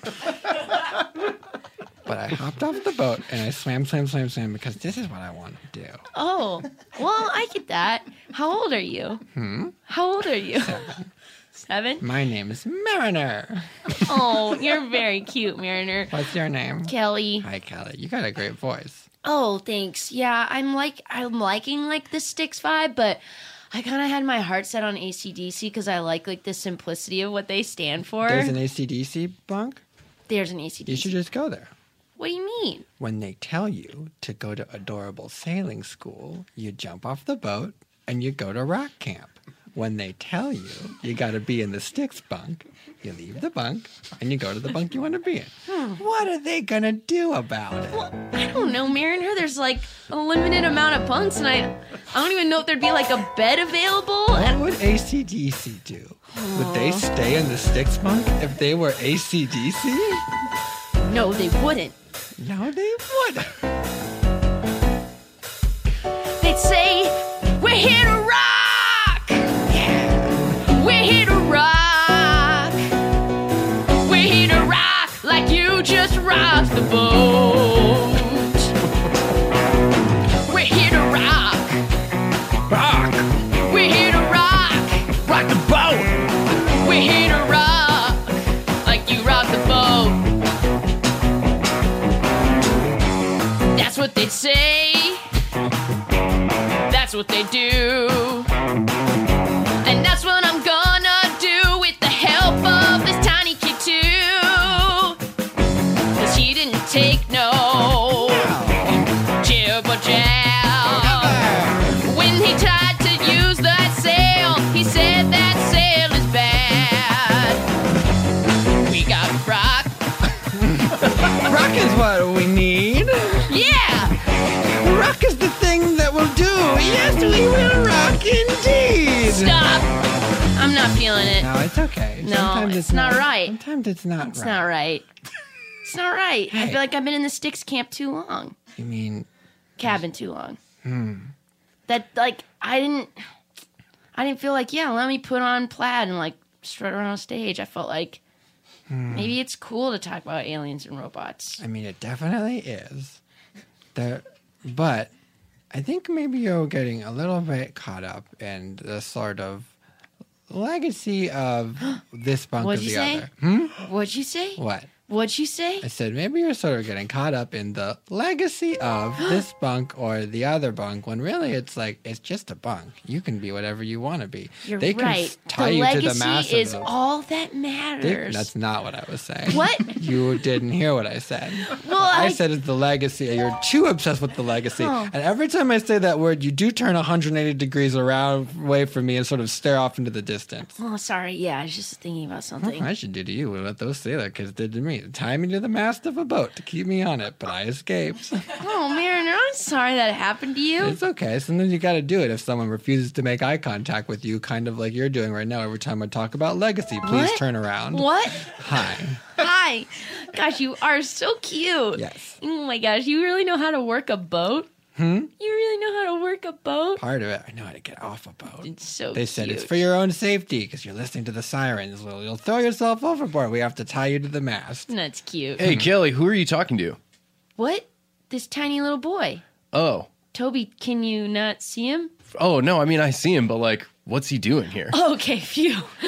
Speaker 4: but I hopped off the boat and I swam, swam, swam, swam because this is what I want to do.
Speaker 3: Oh, well, I get that. How old are you?
Speaker 4: Hmm?
Speaker 3: How old are you? Seven?
Speaker 4: My name is Mariner.
Speaker 3: Oh, you're very cute,
Speaker 4: [LAUGHS]
Speaker 3: Mariner.
Speaker 4: What's your name?
Speaker 3: Kelly.
Speaker 4: Hi, Kelly. You got a great voice.
Speaker 3: Oh, thanks. Yeah, I'm like I'm liking like the Sticks vibe, but I kind of had my heart set on ACDC because I like like the simplicity of what they stand for.
Speaker 4: There's an ACDC bunk.
Speaker 3: There's an ACDC.
Speaker 4: You should just go there.
Speaker 3: What do you mean?
Speaker 4: When they tell you to go to adorable sailing school, you jump off the boat and you go to rock camp. When they tell you you got to be in the sticks bunk, you leave the bunk and you go to the bunk you want to be in. What are they gonna do about it?
Speaker 3: I don't know, Mariner. There's like a limited amount of bunks, and I I don't even know if there'd be like a bed available.
Speaker 4: What would ACDC do? Would they stay in the sticks bunk if they were ACDC?
Speaker 3: No, they wouldn't.
Speaker 4: No, they wouldn't.
Speaker 3: They'd say, We're here to rock! We're here to rock! We're here to rock like you just rocked the boat! We're here to rock!
Speaker 5: Rock!
Speaker 3: We're here to rock!
Speaker 5: Rock the boat!
Speaker 3: We're here to rock like you rocked the boat! That's what they'd say. That's what they do. And that's what I'm gonna do with the help of this tiny kid, too. Cause he didn't take no. Jib or jab. When he tried to use that sail, he said that sail is bad. We got rock.
Speaker 4: [LAUGHS] Rock is what we need.
Speaker 3: Yeah!
Speaker 4: Rock is the thing that will do. Yes, we will rock indeed.
Speaker 3: Stop! I'm not feeling it.
Speaker 4: No, it's okay.
Speaker 3: No, it's not right.
Speaker 4: Sometimes it's not
Speaker 3: It's
Speaker 4: right.
Speaker 3: not right. It's not right. I
Speaker 4: Hey.
Speaker 3: feel like I've been in the sticks camp too long,
Speaker 4: You mean,
Speaker 3: cabin too long.
Speaker 4: hmm.
Speaker 3: That like I didn't, I didn't feel like yeah, let me put on plaid and like strut around on stage. I felt like
Speaker 4: hmm.
Speaker 3: maybe it's cool to talk about aliens and robots.
Speaker 4: I mean, it definitely is. There, but I think maybe you're getting a little bit caught up in the sort of legacy of
Speaker 3: [GASPS]
Speaker 4: this bunk
Speaker 3: What'd
Speaker 4: of the
Speaker 3: you say?
Speaker 4: other. Hmm?
Speaker 3: What'd you say?
Speaker 4: What?
Speaker 3: What'd you say?
Speaker 4: I said maybe you're sort of getting caught up in the legacy
Speaker 3: [GASPS]
Speaker 4: of this bunk or the other bunk when really it's like it's just a bunk. You can be whatever you want to be.
Speaker 3: You're
Speaker 4: they can
Speaker 3: right.
Speaker 4: s- tie
Speaker 3: the
Speaker 4: you
Speaker 3: legacy
Speaker 4: to the mass
Speaker 3: is
Speaker 4: of the-
Speaker 3: all that
Speaker 4: They-
Speaker 3: matters.
Speaker 4: that's not what I was saying.
Speaker 3: What?
Speaker 4: [LAUGHS] You didn't hear what I
Speaker 3: [LAUGHS]
Speaker 4: said.
Speaker 3: well,
Speaker 4: I,
Speaker 3: I,
Speaker 4: said it's the legacy. You're too obsessed with the legacy.
Speaker 3: Oh.
Speaker 4: And every time I say that word, you do turn 180 degrees around away from me and sort of stare off into the distance.
Speaker 3: Oh, sorry. Yeah, I was just thinking about something.
Speaker 4: I should do to you what those sailor kids did to me. Tie me to the mast of a boat to keep me on it, but I escaped.
Speaker 3: Oh, Mariner, I'm sorry that happened to you.
Speaker 4: It's okay. Sometimes you got to do it if someone refuses to make eye contact with you, kind of like you're doing right now. Every time I talk about legacy, please
Speaker 3: What?
Speaker 4: turn around.
Speaker 3: What?
Speaker 4: Hi.
Speaker 3: Hi. Gosh, you are so cute.
Speaker 4: Yes.
Speaker 3: Oh my gosh, you really know how to work a boat?
Speaker 4: Hmm?
Speaker 3: You really know how to work a boat?
Speaker 4: Part of it, I know how to get off a boat.
Speaker 3: It's so
Speaker 4: They said it's
Speaker 3: cute.
Speaker 4: for your own safety because you're listening to the sirens. Well, you'll throw yourself overboard. We have to tie you to the mast.
Speaker 3: That's cute.
Speaker 5: Hey, Kelly, who are you talking to?
Speaker 3: What? This tiny little boy.
Speaker 5: Oh.
Speaker 3: Toby, can you not see him? [LAUGHS]
Speaker 5: Oh, no, I mean, I see him, but like, what's he doing here?
Speaker 3: Okay, phew. [LAUGHS]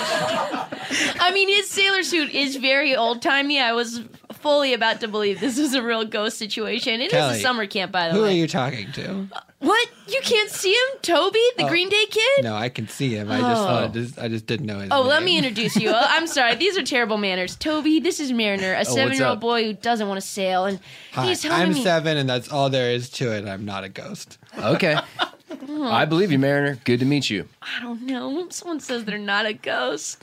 Speaker 3: I mean, his sailor suit is very old timey. I was fully about to believe this was a real ghost situation. It is
Speaker 4: Kelly,
Speaker 3: a summer camp, by the
Speaker 4: Who
Speaker 3: way.
Speaker 4: are you talking to?
Speaker 3: What? You can't see him? Toby, the
Speaker 4: Oh.
Speaker 3: Green Day kid?
Speaker 4: No, I can see him. I just
Speaker 3: Oh.
Speaker 4: wanted to, I just didn't know his
Speaker 3: Oh,
Speaker 4: name.
Speaker 3: let me introduce you. Oh, I'm sorry. These are terrible manners. Toby, this is Mariner, a
Speaker 4: Oh, what's
Speaker 3: seven year
Speaker 4: up?
Speaker 3: old boy who doesn't want to sail, and
Speaker 4: Hi,
Speaker 3: he's helping
Speaker 4: I'm
Speaker 3: me.
Speaker 4: seven, and that's all there is to it. I'm not a ghost.
Speaker 5: Okay.
Speaker 3: Oh
Speaker 5: I believe you, Mariner. Good to meet you.
Speaker 3: I don't know. Someone says they're not a ghost.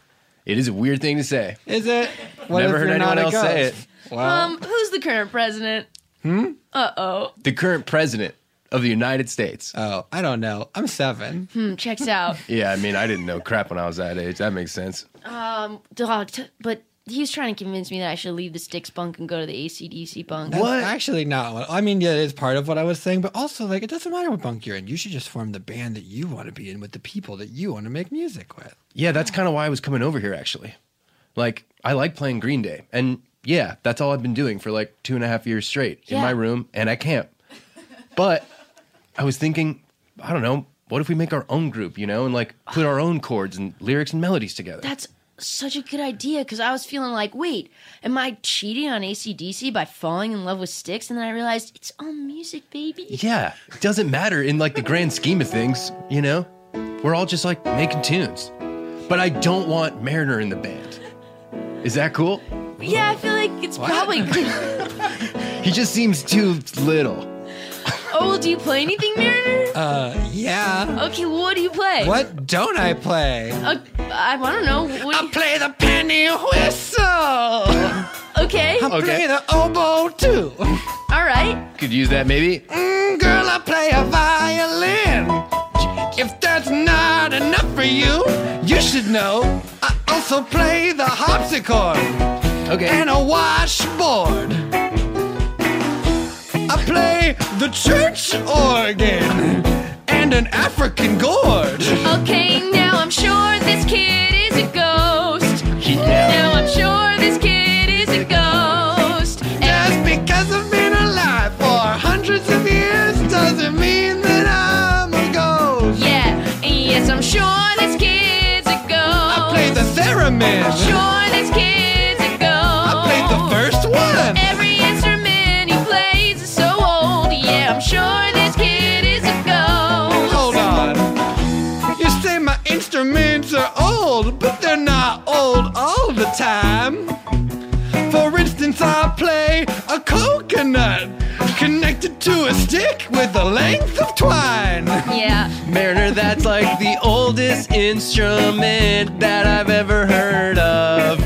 Speaker 5: It is a weird thing to say.
Speaker 4: Is it?
Speaker 5: Never heard anyone else say it.
Speaker 3: Um, who's the current president?
Speaker 5: Hmm?
Speaker 3: Uh oh.
Speaker 5: The current president of the United States.
Speaker 4: Oh, I don't know. I'm seven.
Speaker 3: Hmm. Checks out.
Speaker 5: Yeah, I mean, I didn't know crap when I was that age. That makes sense.
Speaker 3: Um, dog. T- but he's trying to convince me that I should leave the Styx bunk and go to the ACDC
Speaker 4: [LAUGHS]
Speaker 3: bunk.
Speaker 4: That's Actually, not. What, I mean, yeah, it is part of what I was saying, but also, like, it doesn't matter what bunk you're in. You should just form the band that you want to be in with the people that you want to make music with.
Speaker 5: Yeah, that's kind of why I was coming over here, actually. Like, I like playing Green Day. And yeah, that's all I've been doing for like two and a half years straight in
Speaker 3: Yeah.
Speaker 5: my room and I camp. But I was thinking, I don't know, what if we make our own group, you know, and like put our own chords and lyrics and melodies together?
Speaker 3: That's such a good idea because I was feeling like, wait, am I cheating on ACDC by falling in love with Styx? And then I realized it's all music, baby.
Speaker 5: Yeah, it doesn't matter in like the grand scheme of things, you know? We're all just like making tunes. But I don't want Mariner in the band. Is that cool?
Speaker 3: Yeah, I feel like it's
Speaker 5: What?
Speaker 4: [LAUGHS]
Speaker 3: probably good.
Speaker 5: He just seems too little.
Speaker 3: oh, well, do you play anything, Mariner?
Speaker 4: Uh, yeah.
Speaker 3: Okay, well, what do you play?
Speaker 4: What don't I play?
Speaker 3: Uh, I, I don't know. What I
Speaker 5: play the penny whistle.
Speaker 3: okay.
Speaker 4: I play the oboe too.
Speaker 3: All right.
Speaker 5: Could use that maybe.
Speaker 10: Mm, girl, I play a violin. If that's not enough for you, you should know I also play the harpsichord.
Speaker 5: Okay.
Speaker 10: And a washboard. I play the church organ and an African gourd.
Speaker 3: Okay, now I'm sure this kid is a ghost.
Speaker 10: Yeah.
Speaker 3: Now I'm sure this kid is a ghost.
Speaker 10: Just because I've been alive for hundreds of years doesn't mean that I'm a ghost.
Speaker 3: Yeah, and yes, I'm sure this kid's a ghost. I play
Speaker 10: the theremin.
Speaker 3: I'm sure this kid's a ghost. I played the
Speaker 10: first one.
Speaker 3: Every instrument he plays is so old. Yeah, I'm sure this kid is a ghost.
Speaker 10: Hold on. You say my instruments are old, but they're not old all the time. For instance, I play a coconut connected to a stick with a length of twine.
Speaker 3: Yeah.
Speaker 5: Mariner, that's like the oldest instrument that I've ever heard of.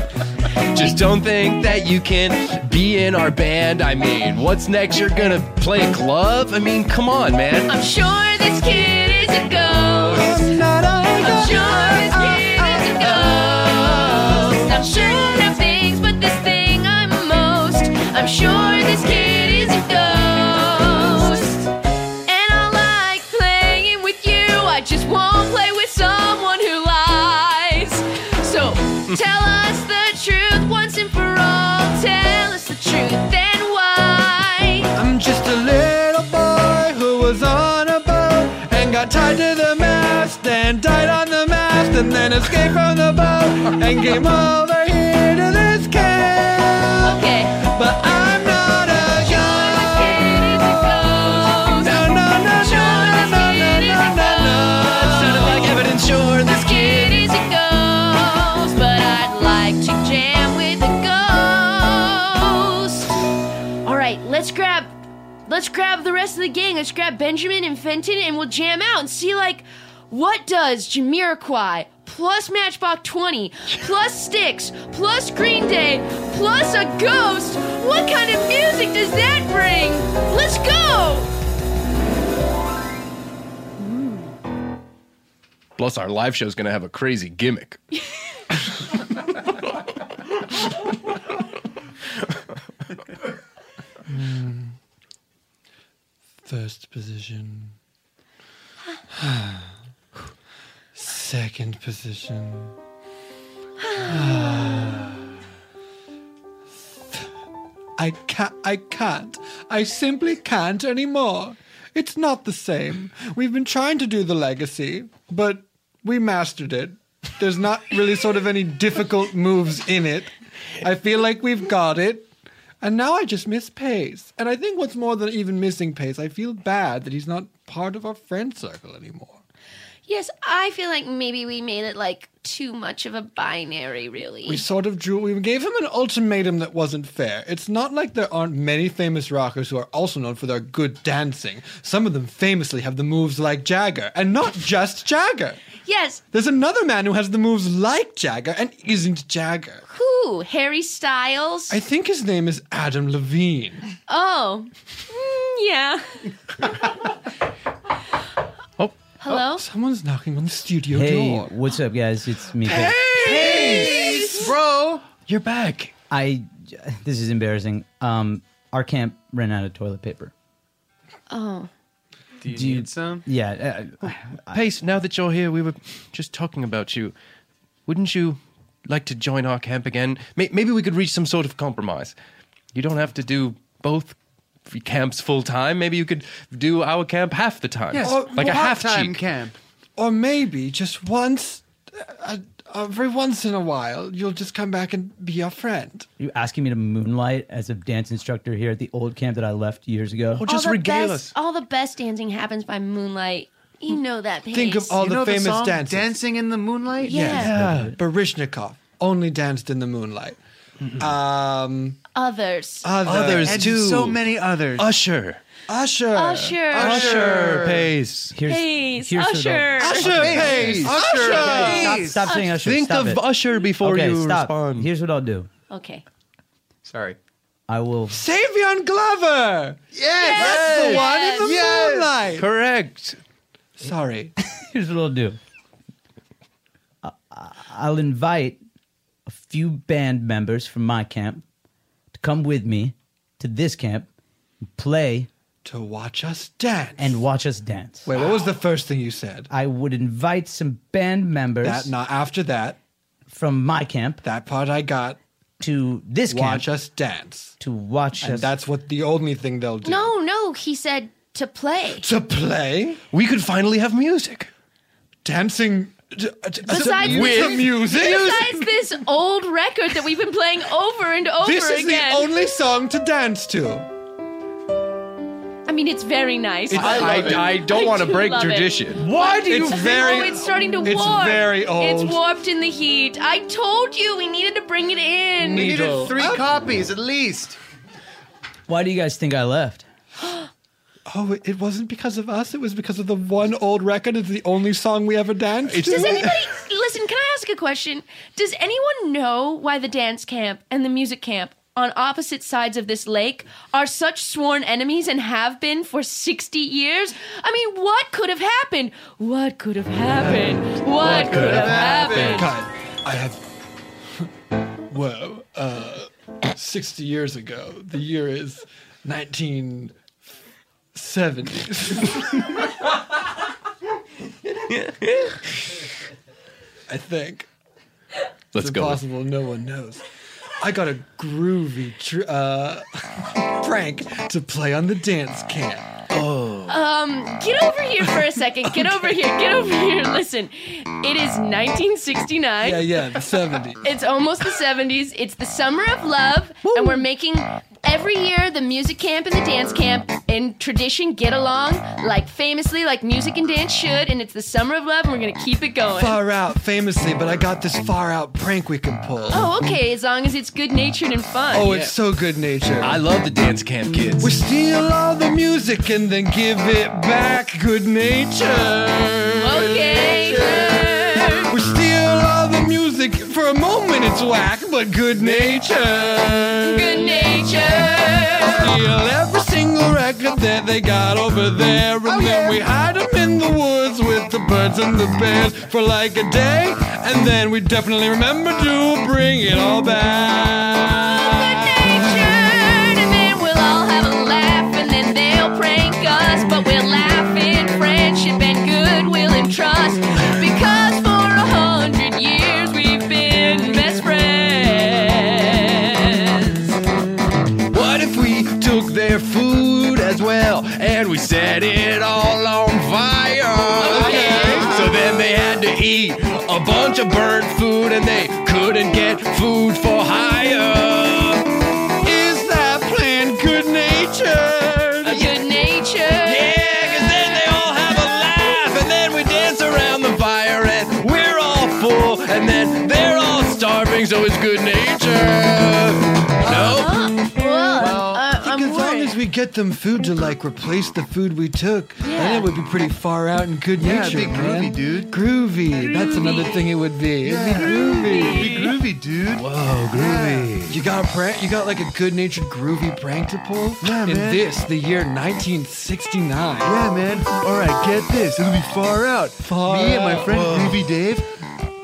Speaker 5: Just don't think that you can be in our band. I mean, what's next? You're gonna play a glove? I mean, come on, man.
Speaker 3: I'm sure this kid is a ghost.
Speaker 10: I'm not a Uh,
Speaker 3: I'm sure this kid is a ghost. I'm sure of things, but this thing I'm most. I'm sure this kid is a ghost. And I like playing with you. I just won't play with someone who lies. So tell us the truth once and for all. Tell us the truth and why.
Speaker 10: I'm just a little boy who was on a boat and got tied to the mast and died on the mast and then escaped from the boat and came over here to this camp.
Speaker 3: Okay.
Speaker 10: But I'm not a
Speaker 3: ghost.
Speaker 10: No, no, no, no, no, no, no, no, no.
Speaker 5: Sounded like evidence, sure, this
Speaker 3: kid is a ghost, but I'd like to jam with a ghost. All right, let's grab, let's grab the rest of the gang. Let's grab Benjamin and Fenton, and we'll jam out and see like what does Jamiroquai plus Matchbox Twenty plus Sticks plus Green Day plus a ghost? What kind of music does that bring? Let's go.
Speaker 5: Plus, our live show's gonna have a crazy gimmick. [LAUGHS]
Speaker 4: First position. Second position. I can't. I can't. I simply can't anymore. It's not the same. We've been trying to do the legacy, but we mastered it. There's not really sort of any difficult moves in it. I feel like we've got it. And now I just miss Pace. And I think what's more than even missing Pace, I feel bad that he's not part of our friend circle anymore.
Speaker 3: Yes, I feel like maybe we made it like too much of a binary, really.
Speaker 4: We sort of drew. We gave him an ultimatum that wasn't fair. It's not like there aren't many famous rockers who are also known for their good dancing. Some of them famously have the moves like Jagger, and not just Jagger.
Speaker 3: yes,
Speaker 4: There's another man who has the moves like Jagger and isn't Jagger.
Speaker 3: who? Harry Styles?
Speaker 4: I think his name is Adam Levine.
Speaker 3: oh, Mm, yeah.
Speaker 4: [LAUGHS] Oh.
Speaker 3: Hello?
Speaker 4: someone's knocking on the studio
Speaker 9: Hey,
Speaker 4: door.
Speaker 9: what's up, guys? It's me. Cole.
Speaker 6: bro.
Speaker 9: You're back. I. This is embarrassing. Um, our camp ran out of toilet paper.
Speaker 3: Oh.
Speaker 5: Do you
Speaker 9: need
Speaker 5: some?
Speaker 9: Yeah. Uh,
Speaker 5: Oh, Pace, now that you're here, we were just talking about you. Wouldn't you like to join our camp again? May- Maybe we could reach some sort of compromise. You don't have to do both f- camps full time. Maybe you could do our camp half the time. like a half
Speaker 4: time
Speaker 5: cheek.
Speaker 4: camp. Or maybe just once, uh, uh, every once in a while, you'll just come back and be our friend.
Speaker 9: You asking me to moonlight as a dance instructor here at the old camp that I left years ago?
Speaker 4: Oh,
Speaker 3: All the best, All the best dancing happens by moonlight. You
Speaker 4: Hmm.
Speaker 3: know that. Pace.
Speaker 6: You know song, Dancing in the Moonlight?
Speaker 4: Yeah. Baryshnikov only danced in the moonlight. Um,
Speaker 10: [LAUGHS]
Speaker 3: Others.
Speaker 4: Others.
Speaker 6: And so many others.
Speaker 5: Usher.
Speaker 4: Usher.
Speaker 3: Usher.
Speaker 5: Usher Pace.
Speaker 9: Here's,
Speaker 3: Pace.
Speaker 5: here's to the-
Speaker 3: Usher.
Speaker 5: Usher Pace. Usher
Speaker 9: Hey, Stop,
Speaker 5: Pace.
Speaker 9: stop saying Usher.
Speaker 5: Think
Speaker 9: Stop
Speaker 5: of
Speaker 9: it.
Speaker 5: Usher before
Speaker 9: Okay,
Speaker 5: you
Speaker 9: stop.
Speaker 5: respond.
Speaker 9: Here's what I'll do.
Speaker 3: Okay.
Speaker 5: Sorry.
Speaker 9: I will.
Speaker 4: Savion Glover.
Speaker 6: Yes.
Speaker 4: That's the one in the
Speaker 6: Yes.
Speaker 4: moonlight.
Speaker 5: Correct.
Speaker 4: Sorry.
Speaker 9: [LAUGHS] Here's what I'll do. I- I'll invite a few band members from my camp to come with me to this camp and play.
Speaker 4: To watch us dance.
Speaker 9: And watch us dance.
Speaker 4: Wait, what was the first thing you said?
Speaker 9: I would invite some band members.
Speaker 4: That not after that.
Speaker 9: From my camp.
Speaker 4: That part I got.
Speaker 9: To this camp.
Speaker 4: watch us dance.
Speaker 9: To watch
Speaker 4: and
Speaker 9: us-
Speaker 4: That's what the only thing they'll do.
Speaker 3: No, no. He said to play.
Speaker 4: To play.
Speaker 5: We could finally have music.
Speaker 4: Dancing. d- d-
Speaker 3: Besides
Speaker 4: with
Speaker 3: this,
Speaker 4: music.
Speaker 3: Besides this old record that we've been playing over and over
Speaker 4: this is
Speaker 3: again.
Speaker 4: the only song to dance to.
Speaker 3: I mean, it's very nice.
Speaker 5: It's- I- I- I don't wanna
Speaker 3: do
Speaker 5: break
Speaker 3: love it.
Speaker 5: tradition. Why do you-
Speaker 3: It's
Speaker 5: It's very-
Speaker 3: Oh, it's starting to
Speaker 5: it's
Speaker 3: warp.
Speaker 5: very old.
Speaker 3: It's warped in the heat. I told you we needed to bring it in.
Speaker 6: We needed three
Speaker 3: Oh.
Speaker 6: copies at least.
Speaker 9: Why do you guys think I left?
Speaker 4: Oh, it- it wasn't because of us. It was because of the one old record. It's the only song we ever danced. to.
Speaker 3: Does anybody listen? Can I ask a question? Does anyone know why the dance camp and the music camp on opposite sides of this lake are such sworn enemies and have been for 60 years? I mean, what could have happened? What could have happened? What could have happened?
Speaker 4: God, I have. [LAUGHS] Whoa. Uh, 60 years ago. The year is 1970. [LAUGHS] I think.
Speaker 5: Let's
Speaker 4: it's
Speaker 5: go.
Speaker 4: Impossible. No one knows. I got a groovy tr- uh, [LAUGHS] prank to play on the dance camp. Oh.
Speaker 3: Um, get over here for a second. Get over here. Get over here. Listen, it is 1969.
Speaker 4: Ah. Yeah, yeah, the 70s.
Speaker 3: It's almost the 70s. It's the summer of love, and we're making every year the music camp and the dance camp in tradition get along like famously, like music and dance should. And it's the summer of love, and we're gonna keep it going.
Speaker 4: Far out, famously, but I got this far out prank we can pull.
Speaker 3: Oh, okay. As long as it's good natured and fun.
Speaker 4: Oh, it's so good natured. I
Speaker 5: love the dance camp kids.
Speaker 4: We steal all the music and then give it back. Good nature.
Speaker 3: Okay.
Speaker 4: We steal all the music for a moment. It's whack, but good nature.
Speaker 3: Good
Speaker 4: nature. Steal every single record that they got over there, and then we hide them in the woods with the birds and the bears for like a day, and then we definitely remember to bring it all back.
Speaker 3: And then we'll all have a laugh, and then they'll prank us. But we'll laugh in friendship and goodwill and trust. Because for a hundred years we've been best friends.
Speaker 5: What if we took their food as well and we set it all on fire? So then they had to eat a bunch of burnt food and they couldn't get food for hire. Is that plan good natured?
Speaker 3: Good natured.
Speaker 5: Yeah, 'cause then they all have a laugh and then we dance around the
Speaker 8: he's always good natured.
Speaker 3: Uh-huh.
Speaker 8: No.
Speaker 5: Oh.
Speaker 6: Well, I think as long as we get them food to like replace the food we took, then
Speaker 4: Yeah.
Speaker 6: it would be pretty far out and good
Speaker 4: Yeah, it'd
Speaker 6: natured.
Speaker 4: be groovy,
Speaker 6: man. dude. Groovy. That's another thing it would be. It'd be groovy. It'd be groovy, dude. Whoa, groovy.
Speaker 4: You got a prank. You got like a good-natured, groovy prank to pull.
Speaker 6: Yeah,
Speaker 4: In
Speaker 6: man.
Speaker 4: this, the year 1969.
Speaker 6: Yeah, man. All right, get this. It'll be far out. Far Me and my
Speaker 4: out.
Speaker 6: friend
Speaker 4: Whoa.
Speaker 6: Groovy Dave.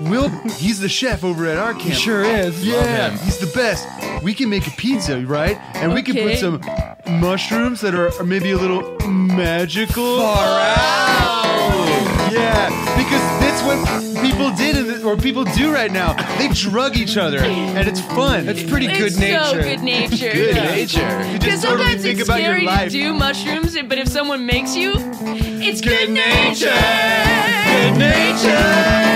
Speaker 6: Will he's the chef over at our camp.
Speaker 4: He sure is. Love
Speaker 6: Yeah,
Speaker 4: him.
Speaker 6: he's the best. We can make a pizza, right? And we can put
Speaker 4: Okay.
Speaker 6: some mushrooms that are, are maybe a little magical. Far out. Yeah, because that's what people did in the, or people do right now. They drug each other, and it's fun. It's pretty
Speaker 3: It's so good nature.
Speaker 6: good nature. You just
Speaker 3: Because
Speaker 6: totally
Speaker 3: sometimes
Speaker 6: think
Speaker 3: it's
Speaker 6: about your
Speaker 3: scary to
Speaker 6: life.
Speaker 3: do mushrooms, but if someone makes you, it's good, nature.
Speaker 6: Good
Speaker 5: uh,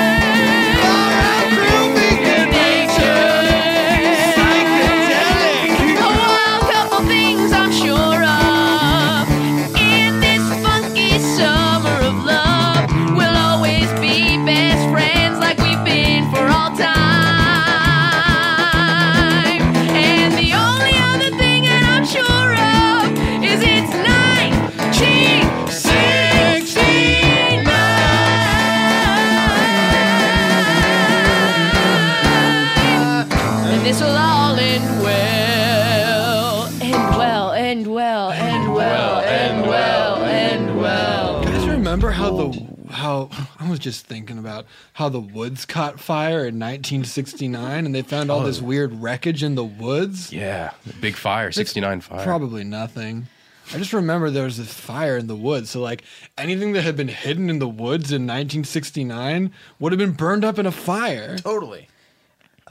Speaker 3: And this will all end well, end well, end well, end well, end well, end well.
Speaker 4: You guys remember how the how I was just thinking about how the woods caught fire in 1969 and they found all this weird wreckage in the woods?
Speaker 8: Yeah, the big fire, sixty nine fire.
Speaker 4: Probably nothing. I just remember there was a fire in the woods. So like anything that had been hidden in the woods in 1969 would have been burned up in a fire.
Speaker 6: Totally.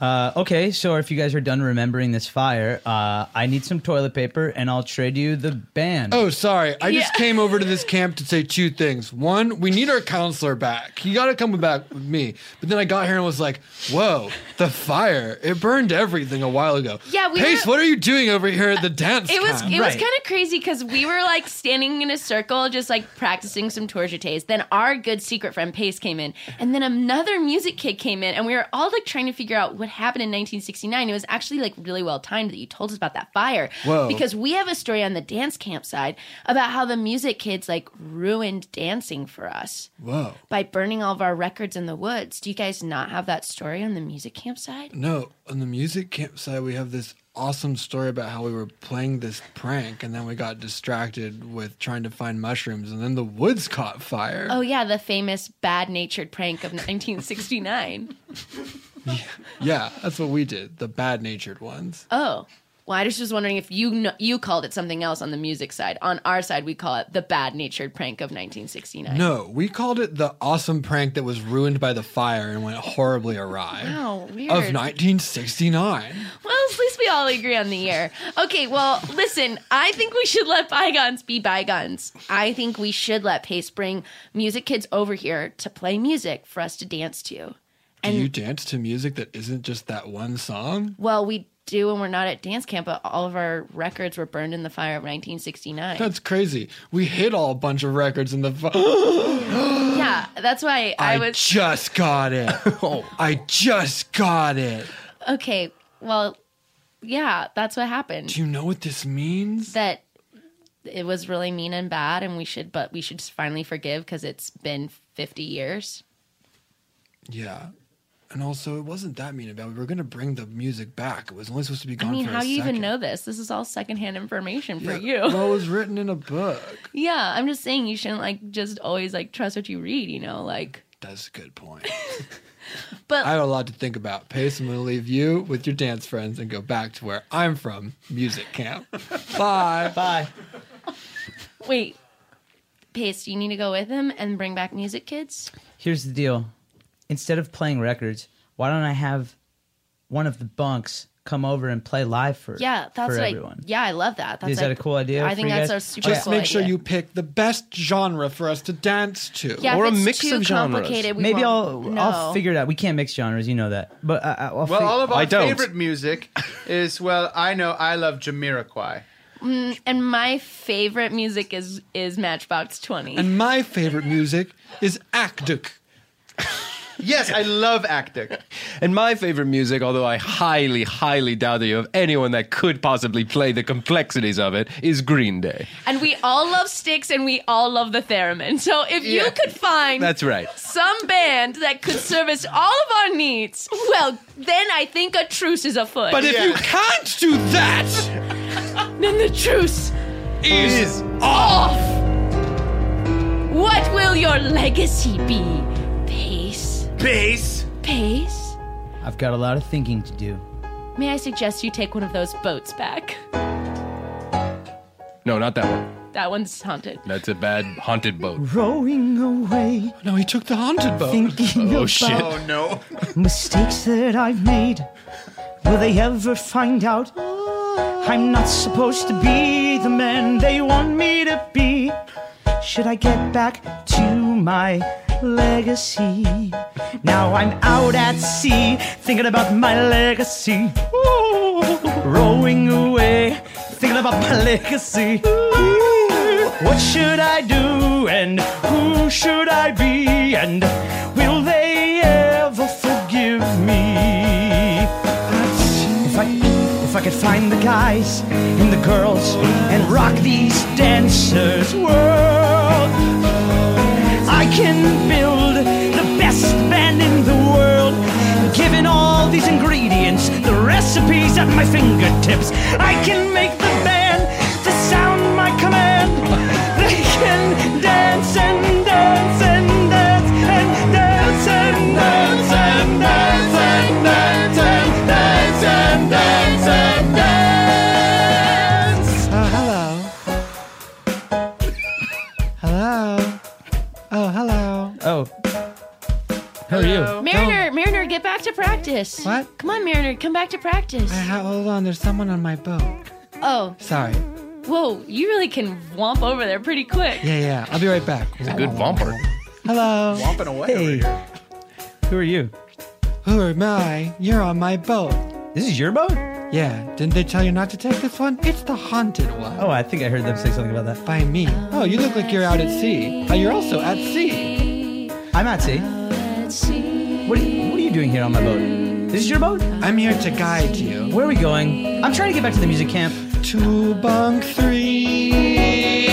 Speaker 9: Uh, okay, so if you guys are done remembering this fire, uh, I need some toilet paper, and I'll trade you the band.
Speaker 4: Oh, sorry. I just came over to this camp to say two things. One, we need our counselor back. He got to come back with me. But then I got here and was like, whoa, the fire. It burned everything a while ago.
Speaker 3: Yeah, we
Speaker 4: Pace,
Speaker 3: were-
Speaker 4: what are you doing over here at the dance
Speaker 3: It was
Speaker 4: camp?
Speaker 3: it was kind of crazy because we were like standing in a circle, just like practicing some tour jetés. Then our good secret friend Pace came in, and then another music kid came in, and we were all like trying to figure out what happened in 1969. It was actually like really well timed that you told us about that fire,
Speaker 12: Whoa.
Speaker 3: because we have a story on the dance camp side about how the music kids like ruined dancing for us
Speaker 4: Whoa.
Speaker 3: by burning all of our records in the woods. Do you guys not have that story on the music camp side?
Speaker 4: No, on the music camp side, we have this awesome story about how we were playing this prank and then we got distracted with trying to find mushrooms and then the woods caught fire.
Speaker 3: Oh yeah, the famous bad-natured prank of [LAUGHS] 1969.
Speaker 4: Yeah, that's what we did. The bad natured ones.
Speaker 3: Oh. Well, I just was wondering if you kn- you called it something else on the music side. On our side, we call it the bad-natured prank of 1969.
Speaker 4: No, we called it the awesome prank that was ruined by the fire and went horribly awry.
Speaker 3: Wow, weird.
Speaker 4: Of 1969.
Speaker 3: Well, at least we all agree on the year. Okay, well, listen, I think we should let bygones be bygones. I think we should let Pace bring music kids over here to play music for us to dance to.
Speaker 4: Do
Speaker 3: And-
Speaker 4: you dance to music that isn't just that one song?
Speaker 3: Well, we do when we're not at dance camp, but all of our records were burned in the fire of 1969.
Speaker 4: That's crazy. We hit all a bunch of records in the. Fu- [GASPS]
Speaker 3: [GASPS] yeah, that's why I,
Speaker 4: I
Speaker 3: was
Speaker 4: just got it. I just got it.
Speaker 3: Okay. Well, yeah, that's what happened.
Speaker 4: Do you know what this means?
Speaker 3: That it was really mean and bad, and we should, but we should just finally forgive because it's been 50 years.
Speaker 4: Yeah. And also, it wasn't that mean about. We were gonna bring the music back. It was only supposed to be gone
Speaker 3: I mean,
Speaker 4: for
Speaker 3: how
Speaker 4: a
Speaker 3: do you
Speaker 4: second.
Speaker 3: even know this? This is all secondhand information for
Speaker 4: Yeah,
Speaker 3: you.
Speaker 4: Well, it was written in a book.
Speaker 3: [LAUGHS] yeah, I'm just saying you shouldn't like just always like trust what you read. You know, like
Speaker 4: That's a good point.
Speaker 3: But-
Speaker 4: I have a lot to think about. Pace, I'm going to leave you with your dance friends and go back to where I'm from, music camp. Bye.
Speaker 9: Bye.
Speaker 3: wait, Pace, do you need to go with him and bring back music kids?
Speaker 9: Here's the deal. Instead of playing records, why don't I have one of the bunks come over and play live for
Speaker 3: yeah, that's
Speaker 9: for
Speaker 3: what
Speaker 9: everyone?
Speaker 3: I, yeah, I love that. That's
Speaker 9: Is that a cool idea
Speaker 3: I
Speaker 9: for
Speaker 3: think
Speaker 9: you
Speaker 3: that's
Speaker 9: guys?
Speaker 3: a super
Speaker 4: Just
Speaker 3: cool
Speaker 4: make sure
Speaker 3: idea.
Speaker 4: you pick the best genre for us to dance to,
Speaker 3: Yeah, if Or a it's mix too of genres. complicated, we
Speaker 9: Maybe I'll
Speaker 3: won't know.
Speaker 9: I'll figure it out. We can't mix genres, you know that. But I, I- I'll
Speaker 6: Well,
Speaker 9: fig-
Speaker 6: all of our favorite
Speaker 4: [LAUGHS]
Speaker 6: music is well, I know I love Jamiroquai.
Speaker 3: Mm, and my favorite music is is Matchbox Twenty.
Speaker 4: And my favorite music is Akduk.
Speaker 6: Yes, I
Speaker 4: [LAUGHS]
Speaker 6: love acting.
Speaker 5: And my favorite music, although I highly, highly doubt that you have anyone that could possibly play the complexities of it, is Green Day.
Speaker 3: And we all love sticks and we all love the theremin. So if you could find
Speaker 5: That's right.
Speaker 3: some band that could service all of our needs, well, then I think a truce is afoot.
Speaker 8: But if you can't do that,
Speaker 7: [LAUGHS]
Speaker 3: then the truce
Speaker 8: is
Speaker 3: off. What will your legacy be? Peace.
Speaker 6: Peace.
Speaker 3: Peace.
Speaker 9: I've got a lot of thinking to do.
Speaker 3: May I suggest you take one of those boats back?
Speaker 5: No, not that one.
Speaker 3: That one's haunted.
Speaker 5: That's a bad haunted boat.
Speaker 7: Rowing away.
Speaker 13: No, he took the haunted boat.
Speaker 7: Thinking
Speaker 5: Oh,
Speaker 7: about
Speaker 5: shit. Oh,
Speaker 6: no.
Speaker 7: mistakes that I've made. Will they ever find out? I'm not supposed to be the man they want me to be. Should I get back to my legacy? Now I'm out at sea, thinking about my legacy. Ooh, rowing away, thinking about my legacy. What should I do and who should I be and will they ever forgive me? If I if I could find the guys and the girls and rock these dancers world I can build the best band in the world given all these ingredients the recipes at my fingertips I can make the band the sound my command they can dance and dance and dance and dance and dance and dance and dance and dance and dance and dance
Speaker 8: hello.
Speaker 7: hello oh hello
Speaker 9: Oh. How are you? Oh.
Speaker 3: Mariner, Mariner, get back to practice. What? Come on, Mariner, come back to practice.
Speaker 8: Hold on, there's someone on my boat.
Speaker 3: Oh,
Speaker 8: Sorry.
Speaker 3: whoa, you really can womp over there pretty quick.
Speaker 8: Yeah, yeah. I'll be right back.
Speaker 5: It's a good vomper.
Speaker 8: Hello.
Speaker 6: Womping away
Speaker 8: Hey.
Speaker 9: Who are you?
Speaker 8: Who am I? You're on my boat.
Speaker 9: This is your boat?
Speaker 8: Yeah. Didn't they tell you not to take this one? It's the haunted one.
Speaker 9: Oh, I think I heard them say something about that.
Speaker 8: By me. Oh, you look like you're out at sea. Oh, you're also at sea.
Speaker 9: I'm at sea. What are, you, what are you doing here on my boat? This is your boat?
Speaker 8: I'm here to guide you.
Speaker 9: Where are we going? I'm trying to get back to the music camp.
Speaker 8: To bunk three.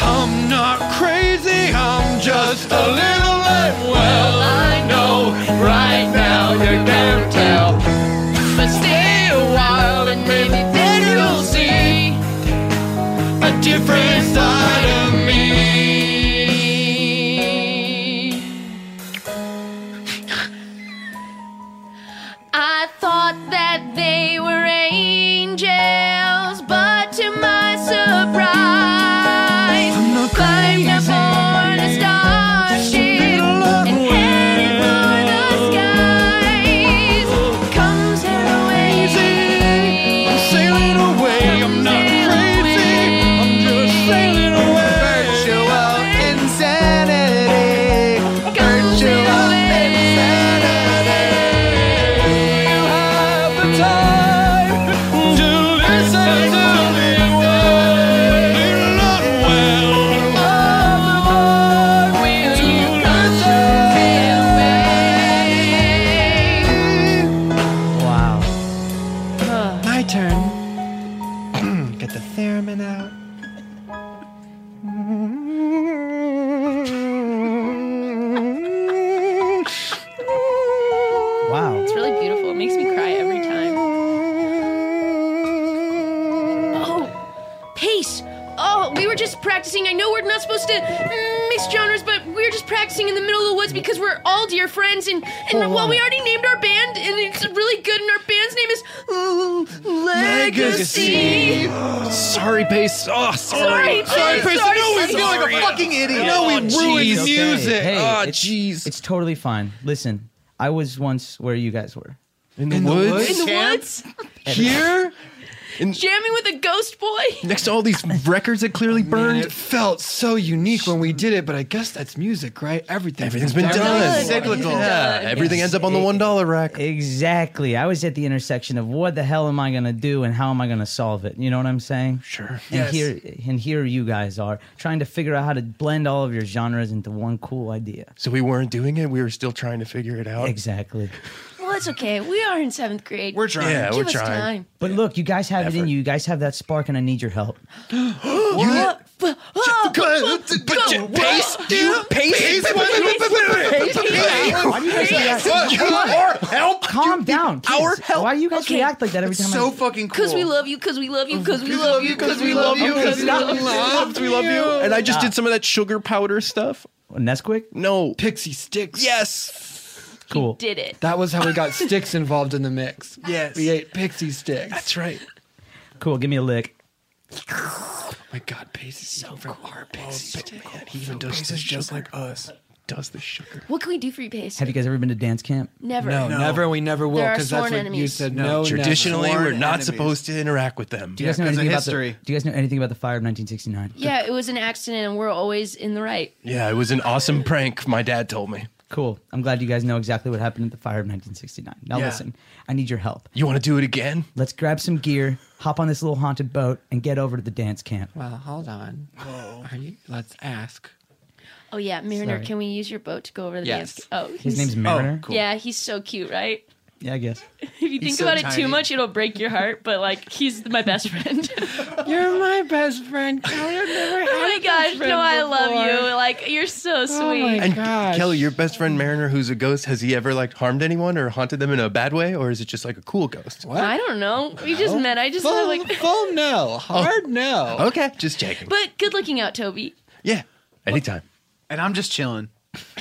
Speaker 8: I'm not crazy, I'm just a little unwell. I know right now you can't tell. But stay a while and maybe then you'll see a different side of me.
Speaker 3: I thought that they were angels, but to my surprise, climbed aboard a starship and headed for the skies. Comes
Speaker 8: I'm sailing away, I'm not crazy, I'm just sailing away.
Speaker 6: Virtual insanity. Virtual insanity. You have the time to listen to me.
Speaker 9: Wow.
Speaker 8: My turn.
Speaker 4: [CLEARS THROAT]
Speaker 8: Get the theremin out.
Speaker 9: Wow.
Speaker 3: It's really beautiful. It makes me cry every time. Oh, peace. Oh, we were just practicing. I know we're not supposed to mm, mix genres, but we were just practicing in the middle of the woods because we're all dear friends. And, and
Speaker 8: Oh,
Speaker 3: well,
Speaker 8: wow.
Speaker 3: we already named our band, and it's really good. And our band's name is mm, Legacy.
Speaker 5: Sorry, Pace. Oh, sorry.
Speaker 3: Sorry, Pace. Sorry,
Speaker 5: No, we
Speaker 3: Pace.
Speaker 5: feel like a
Speaker 3: Sorry.
Speaker 5: fucking idiot.
Speaker 3: No,
Speaker 8: Oh,
Speaker 5: we ruined
Speaker 9: It's okay.
Speaker 5: music.
Speaker 9: Hey,
Speaker 5: oh,
Speaker 9: it's-
Speaker 5: jeez.
Speaker 9: It's totally fine. Listen, I was once where you guys were.
Speaker 5: In the In the woods? woods?
Speaker 3: In the woods?
Speaker 9: At-
Speaker 5: Here?
Speaker 3: [LAUGHS] jamming with a ghost boy.
Speaker 4: Next to all these records
Speaker 5: [LAUGHS]
Speaker 4: that clearly burned. it felt so unique when we did it, but I guess that's music, right? Everything.
Speaker 5: Everything's been done. Cyclical. Yeah, everything ends up on the one dollar rack.
Speaker 9: Exactly. I was at the intersection of what the hell am I going to do and how am I going to solve it? You know what I'm saying? Sure. And
Speaker 5: Yes.
Speaker 9: here and here you guys are trying to figure out how to blend all of your genres into one cool idea.
Speaker 5: So we weren't doing it. We were still trying to figure it out.
Speaker 9: Exactly.
Speaker 3: Well, it's okay. We are in seventh grade. We're
Speaker 5: trying. Yeah,
Speaker 3: Give
Speaker 5: we're
Speaker 3: us
Speaker 5: trying.
Speaker 3: time.
Speaker 9: But look, you guys have it in you. You guys have that spark, and I need your help.
Speaker 5: [GASPS]
Speaker 3: [GASPS] What?
Speaker 5: Pace, you pace,
Speaker 9: Why do you guys react-
Speaker 6: help?
Speaker 9: Calm down. kids. Why do you guys
Speaker 3: Okay.
Speaker 9: react like that every time? I...
Speaker 6: fucking
Speaker 3: Because we love you. Because we love you. Because we love you. Because we love you.
Speaker 5: because we love you, because we love you. And I just
Speaker 9: Nah.
Speaker 5: did some of that sugar powder stuff.
Speaker 9: Nesquik?
Speaker 5: No.
Speaker 4: Pixie sticks.
Speaker 5: Yes.
Speaker 9: Cool.
Speaker 3: Did it.
Speaker 4: That was how we
Speaker 5: [LAUGHS]
Speaker 4: got sticks involved in the mix.
Speaker 5: Yes.
Speaker 4: We ate pixie sticks.
Speaker 5: That's right.
Speaker 9: Cool. Give me a lick.
Speaker 4: My God, Pace is so from our pixie stick. Man,
Speaker 5: he even does this just like us. Does the sugar.
Speaker 3: What can we do for you, Pace?
Speaker 9: Have you guys ever been to dance camp?
Speaker 3: Never.
Speaker 4: No, never. and We never will
Speaker 3: There are
Speaker 4: because that's
Speaker 3: sworn
Speaker 4: what you
Speaker 3: enemies.
Speaker 4: said. No, never.
Speaker 5: Traditionally, we're
Speaker 4: Sworn
Speaker 5: not
Speaker 4: enemies.
Speaker 5: supposed to interact with them.
Speaker 9: Do you guys know anything about the, Do you guys know anything about the fire of 1969?
Speaker 3: Yeah, it was an accident, and we're always in the right.
Speaker 5: Yeah, it was an awesome prank. My dad told me.
Speaker 9: Cool. I'm glad you guys know exactly what happened at the fire of 1969. Now
Speaker 5: Yeah.
Speaker 9: listen, I need your help.
Speaker 5: You want to do it again?
Speaker 9: Let's grab some gear, hop on this little haunted boat, and get over to the dance camp.
Speaker 4: Well, hold on. Are you, let's ask.
Speaker 3: Oh yeah, Mariner,
Speaker 9: Sorry.
Speaker 3: can we use your boat to go over the
Speaker 4: Yes.
Speaker 3: dance? Oh,
Speaker 9: His
Speaker 3: he's-
Speaker 9: name's Mariner? Oh, cool.
Speaker 3: Yeah, he's so cute, right? [LAUGHS]
Speaker 9: Yeah, I guess.
Speaker 3: If you think
Speaker 9: so
Speaker 3: about it
Speaker 9: tiny.
Speaker 3: too much, it'll break your heart. But like, he's my best friend. [LAUGHS]
Speaker 4: You're my best friend. I've never
Speaker 3: oh my gosh, no, I love you. Like, you're so sweet.
Speaker 5: and Kelly, your best friend Mariner, who's a ghost, has he ever like harmed anyone or haunted them in a bad way, or is it just like a cool ghost?
Speaker 3: I don't know. We just
Speaker 5: No.
Speaker 3: met. I just
Speaker 5: Full-
Speaker 3: like. [LAUGHS]
Speaker 4: full no, hard no.
Speaker 6: Oh,
Speaker 5: Okay, just checking.
Speaker 3: But good looking out, Toby.
Speaker 5: Yeah, anytime.
Speaker 6: And I'm just chilling.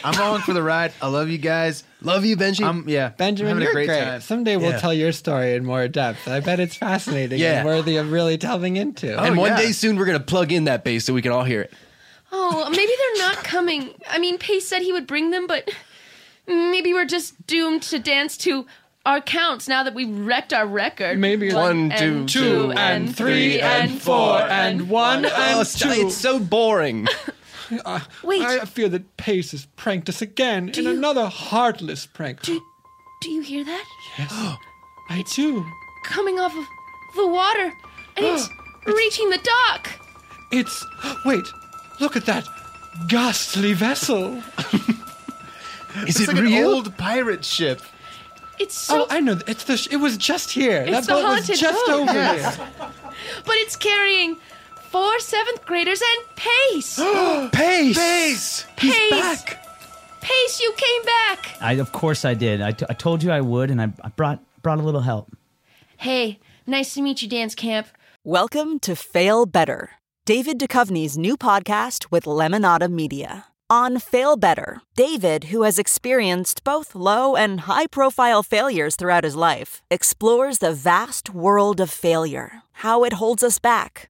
Speaker 6: I'm along for the ride. I love you guys.
Speaker 5: Love you,
Speaker 4: [LAUGHS]
Speaker 5: Benji.
Speaker 6: I'm, yeah,
Speaker 4: Benjamin,
Speaker 6: having
Speaker 4: you're
Speaker 6: a great,
Speaker 4: great.
Speaker 6: time.
Speaker 4: Someday we'll
Speaker 6: Yeah.
Speaker 4: tell your story in more depth. I bet it's fascinating
Speaker 5: Yeah.
Speaker 4: and worthy of really delving into.
Speaker 5: and one day soon, we're gonna plug in that bass so we can all hear it.
Speaker 3: Oh, maybe they're not coming. I mean, Pace said he would bring them, but maybe we're just doomed to dance to our counts now that we wrecked our record.
Speaker 4: Maybe
Speaker 3: one, and two, and three, and four,
Speaker 4: and one
Speaker 5: Oh,
Speaker 4: and
Speaker 5: stop.
Speaker 4: two.
Speaker 5: It's so
Speaker 3: [LAUGHS]
Speaker 5: boring.
Speaker 3: Wait.
Speaker 4: I fear that Pace has pranked us again in another heartless prank.
Speaker 3: Do you hear that?
Speaker 4: yes, I do.
Speaker 3: Coming off of the water,
Speaker 4: [GASPS]
Speaker 3: and it's reaching the dock.
Speaker 4: It's wait, look at that
Speaker 6: [LAUGHS]
Speaker 4: ghastly vessel.
Speaker 6: Is it like An old pirate ship.
Speaker 3: It's so.
Speaker 4: oh, I know. It's the. Sh- it was just here. that
Speaker 3: It's the
Speaker 4: boat was
Speaker 3: haunted
Speaker 4: just
Speaker 3: boat.
Speaker 4: over
Speaker 3: Yes.
Speaker 4: here.
Speaker 3: [LAUGHS] But it's carrying four seventh graders and Pace.
Speaker 4: [GASPS] Pace.
Speaker 5: Pace.
Speaker 3: Pace. Pace, you came back.
Speaker 9: I, of course I did. I, t- I told you I would, and I, I brought brought a little help.
Speaker 3: Hey, nice to meet you, dance camp.
Speaker 14: Welcome to Fail Better, David Duchovny's new podcast with Lemonada Media. On Fail Better, David, who has experienced both low and high profile failures throughout his life, explores the vast world of failure, how it holds us back,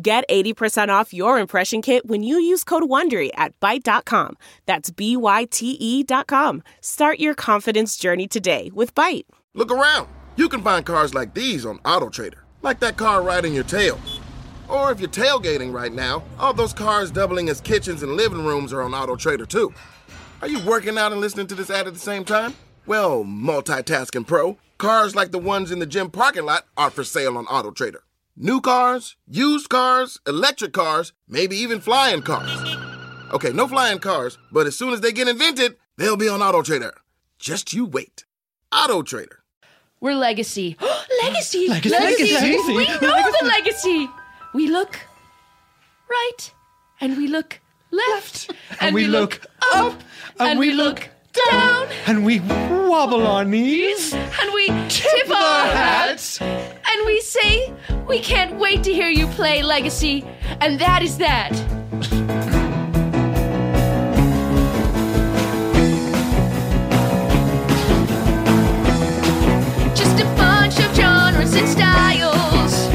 Speaker 15: Get 80% off your impression kit when you use code WONDERY at Byte.com. That's b y t e dot com. Start your confidence journey today with Byte.
Speaker 16: Look around. You can find cars like these on AutoTrader, like that car riding your tail. Or if you're tailgating right now, all those cars doubling as kitchens and living rooms are on AutoTrader too. Are you working out and listening to this ad at the same time? Well, multitasking pro, cars like the ones in the gym parking lot are for sale on AutoTrader. New cars, used cars, electric cars, maybe even flying cars. Okay, no flying cars, but as soon as they get invented, they'll be on Auto Trader. Just you wait. Auto Trader.
Speaker 3: We're legacy. [GASPS]
Speaker 16: Legacy.
Speaker 3: legacy. legacy.
Speaker 16: Legacy.
Speaker 3: We know the legacy. We look right, and we look left,
Speaker 4: And we look
Speaker 3: up, and, we, look down,
Speaker 4: and we wobble our knees.
Speaker 3: and we tip our
Speaker 4: our
Speaker 3: hats, and we say, "We can't wait to hear you play legacy," and that is that. Just a bunch of genres and styles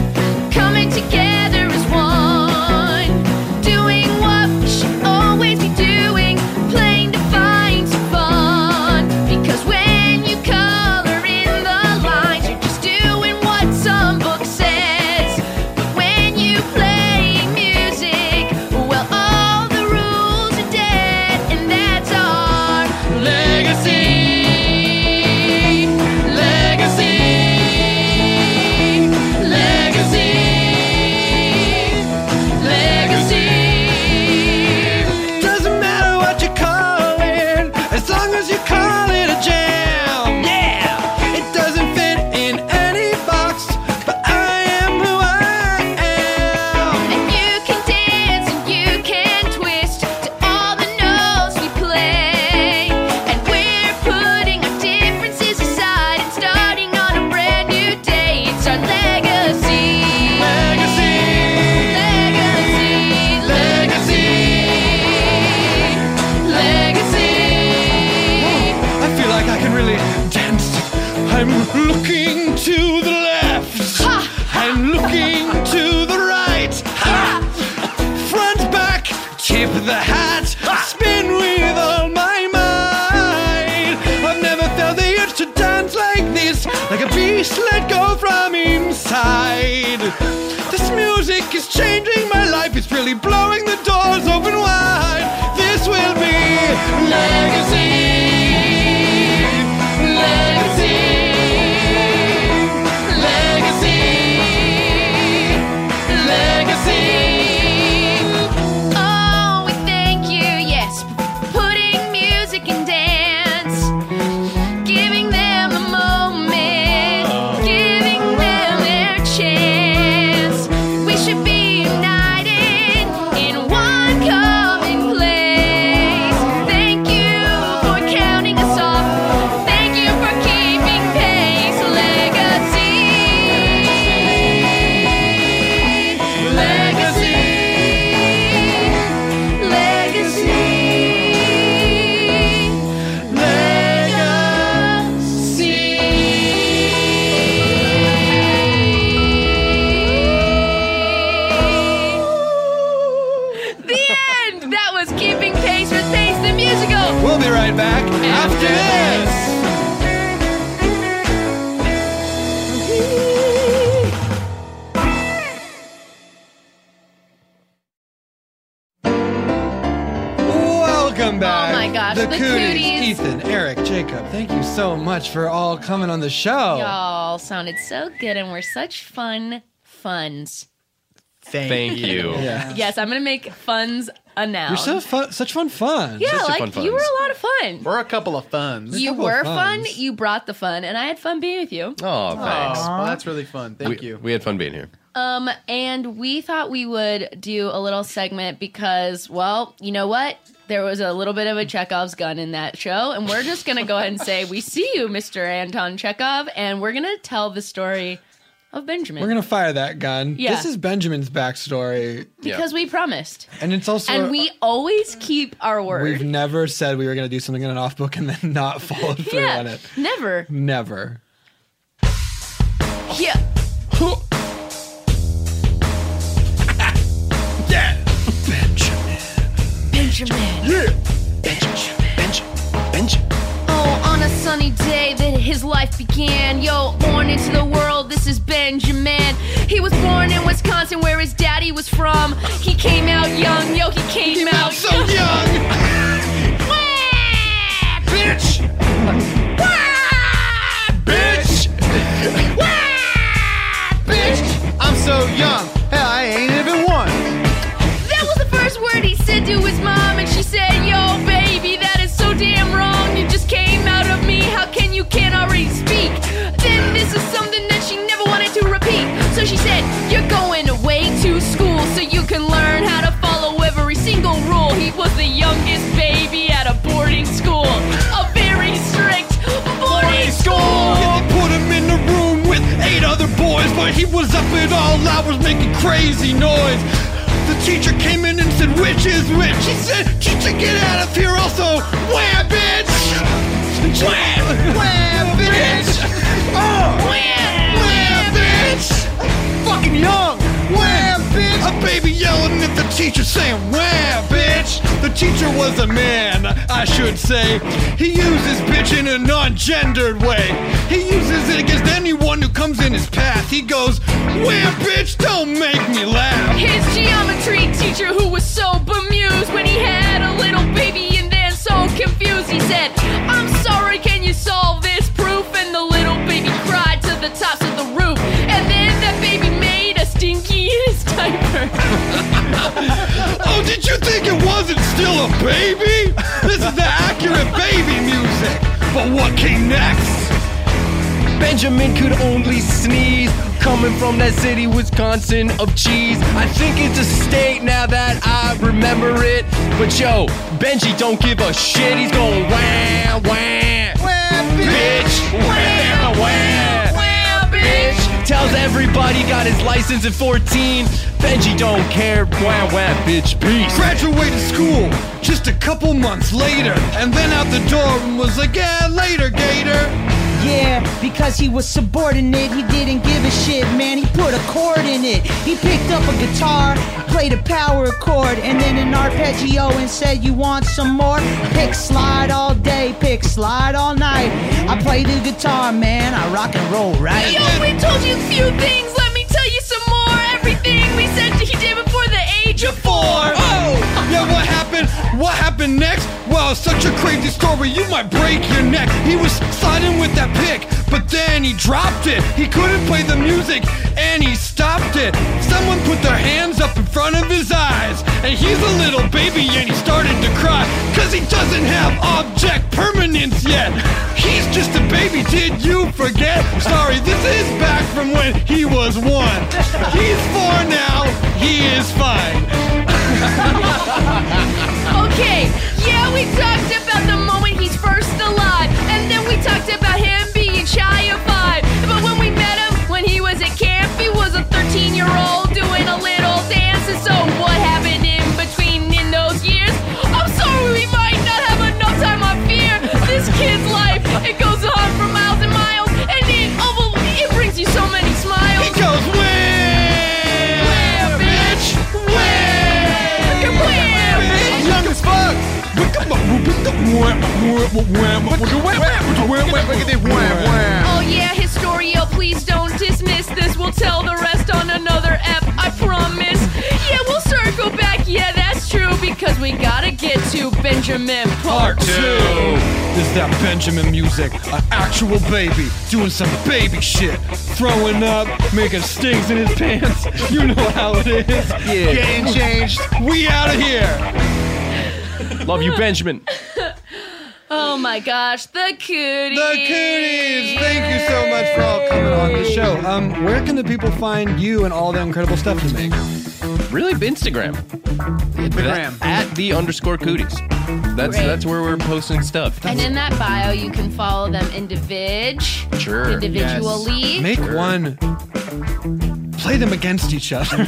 Speaker 3: coming together as one. Doing what we should always be doing, playing to find some fun. Because when you color in the lines, you're just doing what some book says. But when you play music, well, all the rules are dead, and that's our legacy. Legacy. Legacy. Legacy.
Speaker 10: Doesn't matter what you call it, as long as you call it a jam. Yeah! It doesn't fit in any box, but I am who I am.
Speaker 3: And you can dance and you can twist to all the notes we play. And we're putting our differences aside and starting on a brand new day. It's our legacy. Legacy. Legacy. Legacy. Legacy.
Speaker 10: I feel like I can really dance. I'm looking to the left. I'm looking to the right. Ha! Front, back, tip the hat, spin with all my might. I've never felt the urge to dance like this, like a beast let go from inside. This music is changing my life, it's really blowing the doors open wide. This will be legacy.
Speaker 3: Legacy. Legacy. Legacy. Oh, we thank you, yes. Putting music and dance. Giving them a moment. Giving them their chance. We should be united in one common place. Thank you for counting us off. Thank you for keeping pace. Legacy. Legacy. The end! That was Keeping Pace with Pace the Musical!
Speaker 10: We'll be right back after this.
Speaker 4: Welcome back.
Speaker 3: Oh my gosh,
Speaker 4: the,
Speaker 3: the
Speaker 4: Cooties.
Speaker 3: Cooties.
Speaker 4: Ethan, Eric, Jacob. Thank you so much for all coming on the show.
Speaker 3: Y'all sounded so good and we're such fun funs.
Speaker 4: Thank,
Speaker 5: you.
Speaker 4: Yeah.
Speaker 3: Yes, I'm gonna make funs a noun.
Speaker 4: You're so fun, such fun fun.
Speaker 3: yeah, like you were a lot of fun.
Speaker 4: We're a couple of funs.
Speaker 3: You were fun, you brought the fun, and I had fun being with you.
Speaker 5: Oh, thanks.
Speaker 6: Well, that's really fun. Thank
Speaker 5: we,
Speaker 6: you.
Speaker 5: We had fun being here.
Speaker 3: Um, and we thought we would do a little segment because, well, you know what? There was a little bit of a Chekhov's gun in that show, and we're just gonna go ahead and say we see you, Mr. Anton Chekhov, and we're gonna tell the story of Benjamin.
Speaker 4: We're gonna fire that gun.
Speaker 3: Yeah.
Speaker 4: This is Benjamin's backstory.
Speaker 3: because we promised,
Speaker 4: and it's also uh,
Speaker 3: and we always keep our
Speaker 4: we've
Speaker 3: word.
Speaker 4: never said we were gonna do something in an off book and then not
Speaker 3: [LAUGHS]
Speaker 4: followed through
Speaker 3: Yeah,
Speaker 4: on it.
Speaker 3: never.
Speaker 4: Never.
Speaker 3: Yeah.
Speaker 10: Yeah. Benjamin.
Speaker 3: Benjamin.
Speaker 10: Yeah. Benjamin. Benjamin. Benjamin.
Speaker 3: Oh, on a sunny day that his life began, yo, born into the world, this is Benjamin. He was born in Wisconsin where his daddy was from. He came out young, yo, he came, out, so [LAUGHS]
Speaker 10: young. Bitch. Bitch.
Speaker 3: [LAUGHS]
Speaker 6: Bitch! I'm so
Speaker 10: was up at all hours making crazy noise. The teacher came in and said, Which is which? She said, Teacher, get out of here also. Wham, bitch! Wham! Wham, bitch! Oh! Wham! Wham, bitch! Fucking young! Wham, bitch! A baby yelling at the teacher saying, Wham, bitch! The teacher was a man, I should say. He uses bitch in a non gendered way. He uses it against anyone who comes in his path. He goes, Wham, bitch, don't make me laugh. [LAUGHS]
Speaker 3: His geometry teacher, who was so bemused when he had a little baby and then so confused, he said, I'm sorry, can you solve this proof? And the little baby cried to the tops of the roof. And then that baby made a stinky [LAUGHS] in his diaper.
Speaker 10: Oh, did you think it wasn't still a baby? This is the accurate baby music. But what came next?
Speaker 5: Benjamin could only sneeze. Coming from that city, Wisconsin, of cheese. I think it's a state now that I remember it. But yo, Benji don't give a shit. He's going wham, wham, wham, bitch, wham, wham, wham, bitch. Tells everybody got his license at 14. Benji don't care, wham, wham, bitch, peace.
Speaker 10: Graduated school just a couple months later, and then out the door and was like, yeah, later, Gator.
Speaker 9: Yeah, because he was subordinate, he didn't give a shit, man. He put a chord in it. He picked up a guitar, played a power chord, and then an arpeggio and said, You want some more? Pick slide all day, pick slide all night. I play the guitar, man. I rock and roll, right?
Speaker 3: Yo, we told you a few things. Let me tell you some more. Everything we said he did before the age of four.
Speaker 10: Oh, yeah, what happened? What happened next? Wow, such a crazy story, you might break your neck. He was sliding with that pick, but then he dropped it. He couldn't play the music, and he stopped it. Someone put their hands up in front of his eyes, and he's a little baby, and he started to cry, cause he doesn't have object permanence yet. He's just a baby, did you forget? Sorry, this is back from when he was one. He's four now, he is fine.
Speaker 3: Okay, yeah, we talked about the moment he's first alive, and then we talked about him being shy of five. But when we met him, when he was at camp, he was a 13 year old doing a little dance. And so, what happened in between in those years? I'm sorry, we might not have enough time on fear. This kid's life, it goes on for miles and miles, and it, oh, it brings you so many smiles. He
Speaker 10: goes, where? bitch? Where?
Speaker 3: Where?
Speaker 10: Young as fuck.
Speaker 3: Oh yeah, Historio, please don't dismiss this. We'll tell the rest on another app, I promise. Yeah, we'll circle back. Yeah, that's true because we gotta get to Benjamin Part
Speaker 10: Part two is that Benjamin music, an actual baby doing some baby shit, throwing up, making stings in his pants. You know how it is.
Speaker 17: Yeah. Getting changed.
Speaker 10: We out of here.
Speaker 5: Love you, Benjamin.
Speaker 8: Oh my gosh, the cooties.
Speaker 10: The cooties. Thank you so much for all coming on the show. Um, where can the people find you and all the incredible stuff you make?
Speaker 5: Really, Instagram. Instagram at the underscore cooties. That's
Speaker 8: Great.
Speaker 5: that's where we're posting stuff.
Speaker 8: And in that bio, you can follow them individ.
Speaker 5: Sure.
Speaker 8: Individually. Yes.
Speaker 4: Make
Speaker 8: Sure.
Speaker 4: one.
Speaker 10: Play them against each other.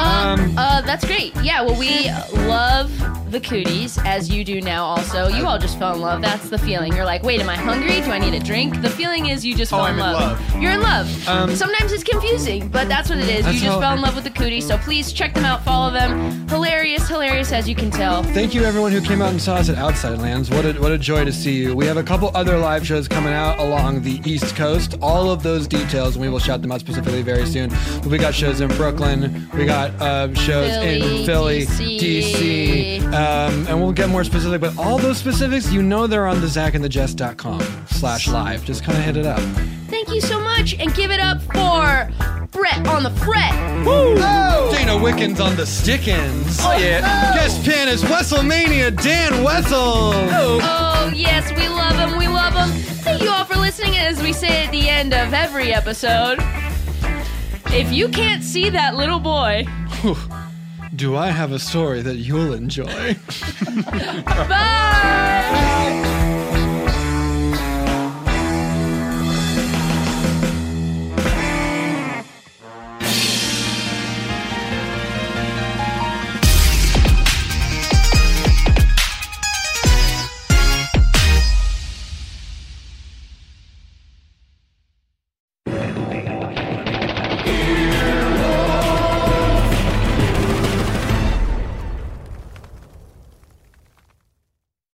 Speaker 8: Um, uh, that's great. Yeah, well, we love the cooties, as you do now also. You all just fell in love. That's the feeling. You're like, wait, am I hungry? Do I need a drink? The feeling is you just
Speaker 10: Oh,
Speaker 8: fell
Speaker 10: I'm
Speaker 8: in,
Speaker 10: in
Speaker 8: love.
Speaker 10: love.
Speaker 8: You're in love.
Speaker 10: Um,
Speaker 8: Sometimes it's confusing, but that's what it is. You
Speaker 10: That's
Speaker 8: just
Speaker 10: how-
Speaker 8: fell in love with the cooties, so please check them out, follow them. Hilarious, hilarious, as you can tell.
Speaker 4: Thank you, everyone who came out and saw us at Outside Lands. What a, what a joy to see you. We have a couple other live shows coming out along the East Coast. All of those details, we will shout them out specifically very soon. But we got shows in Brooklyn. We got uh, shows in Philly,
Speaker 10: Philly,
Speaker 4: DC, um, and we'll get more specific. But all those specifics, you know, they're on the zackandthejess.com slash live. Just kind of hit it up.
Speaker 8: Thank you so much, and give it up for Brett on the fret.
Speaker 4: Woo! Dana Wickens on the Stickens.
Speaker 8: Oh, yeah.
Speaker 4: Guest pianist WrestleMania Dan Wessel.
Speaker 8: Oh, yes, we love them. We love them. Thank you all for listening. As we say at the end of every episode, if you can't see that little boy,
Speaker 4: Do I have a story that you'll enjoy?
Speaker 8: bye!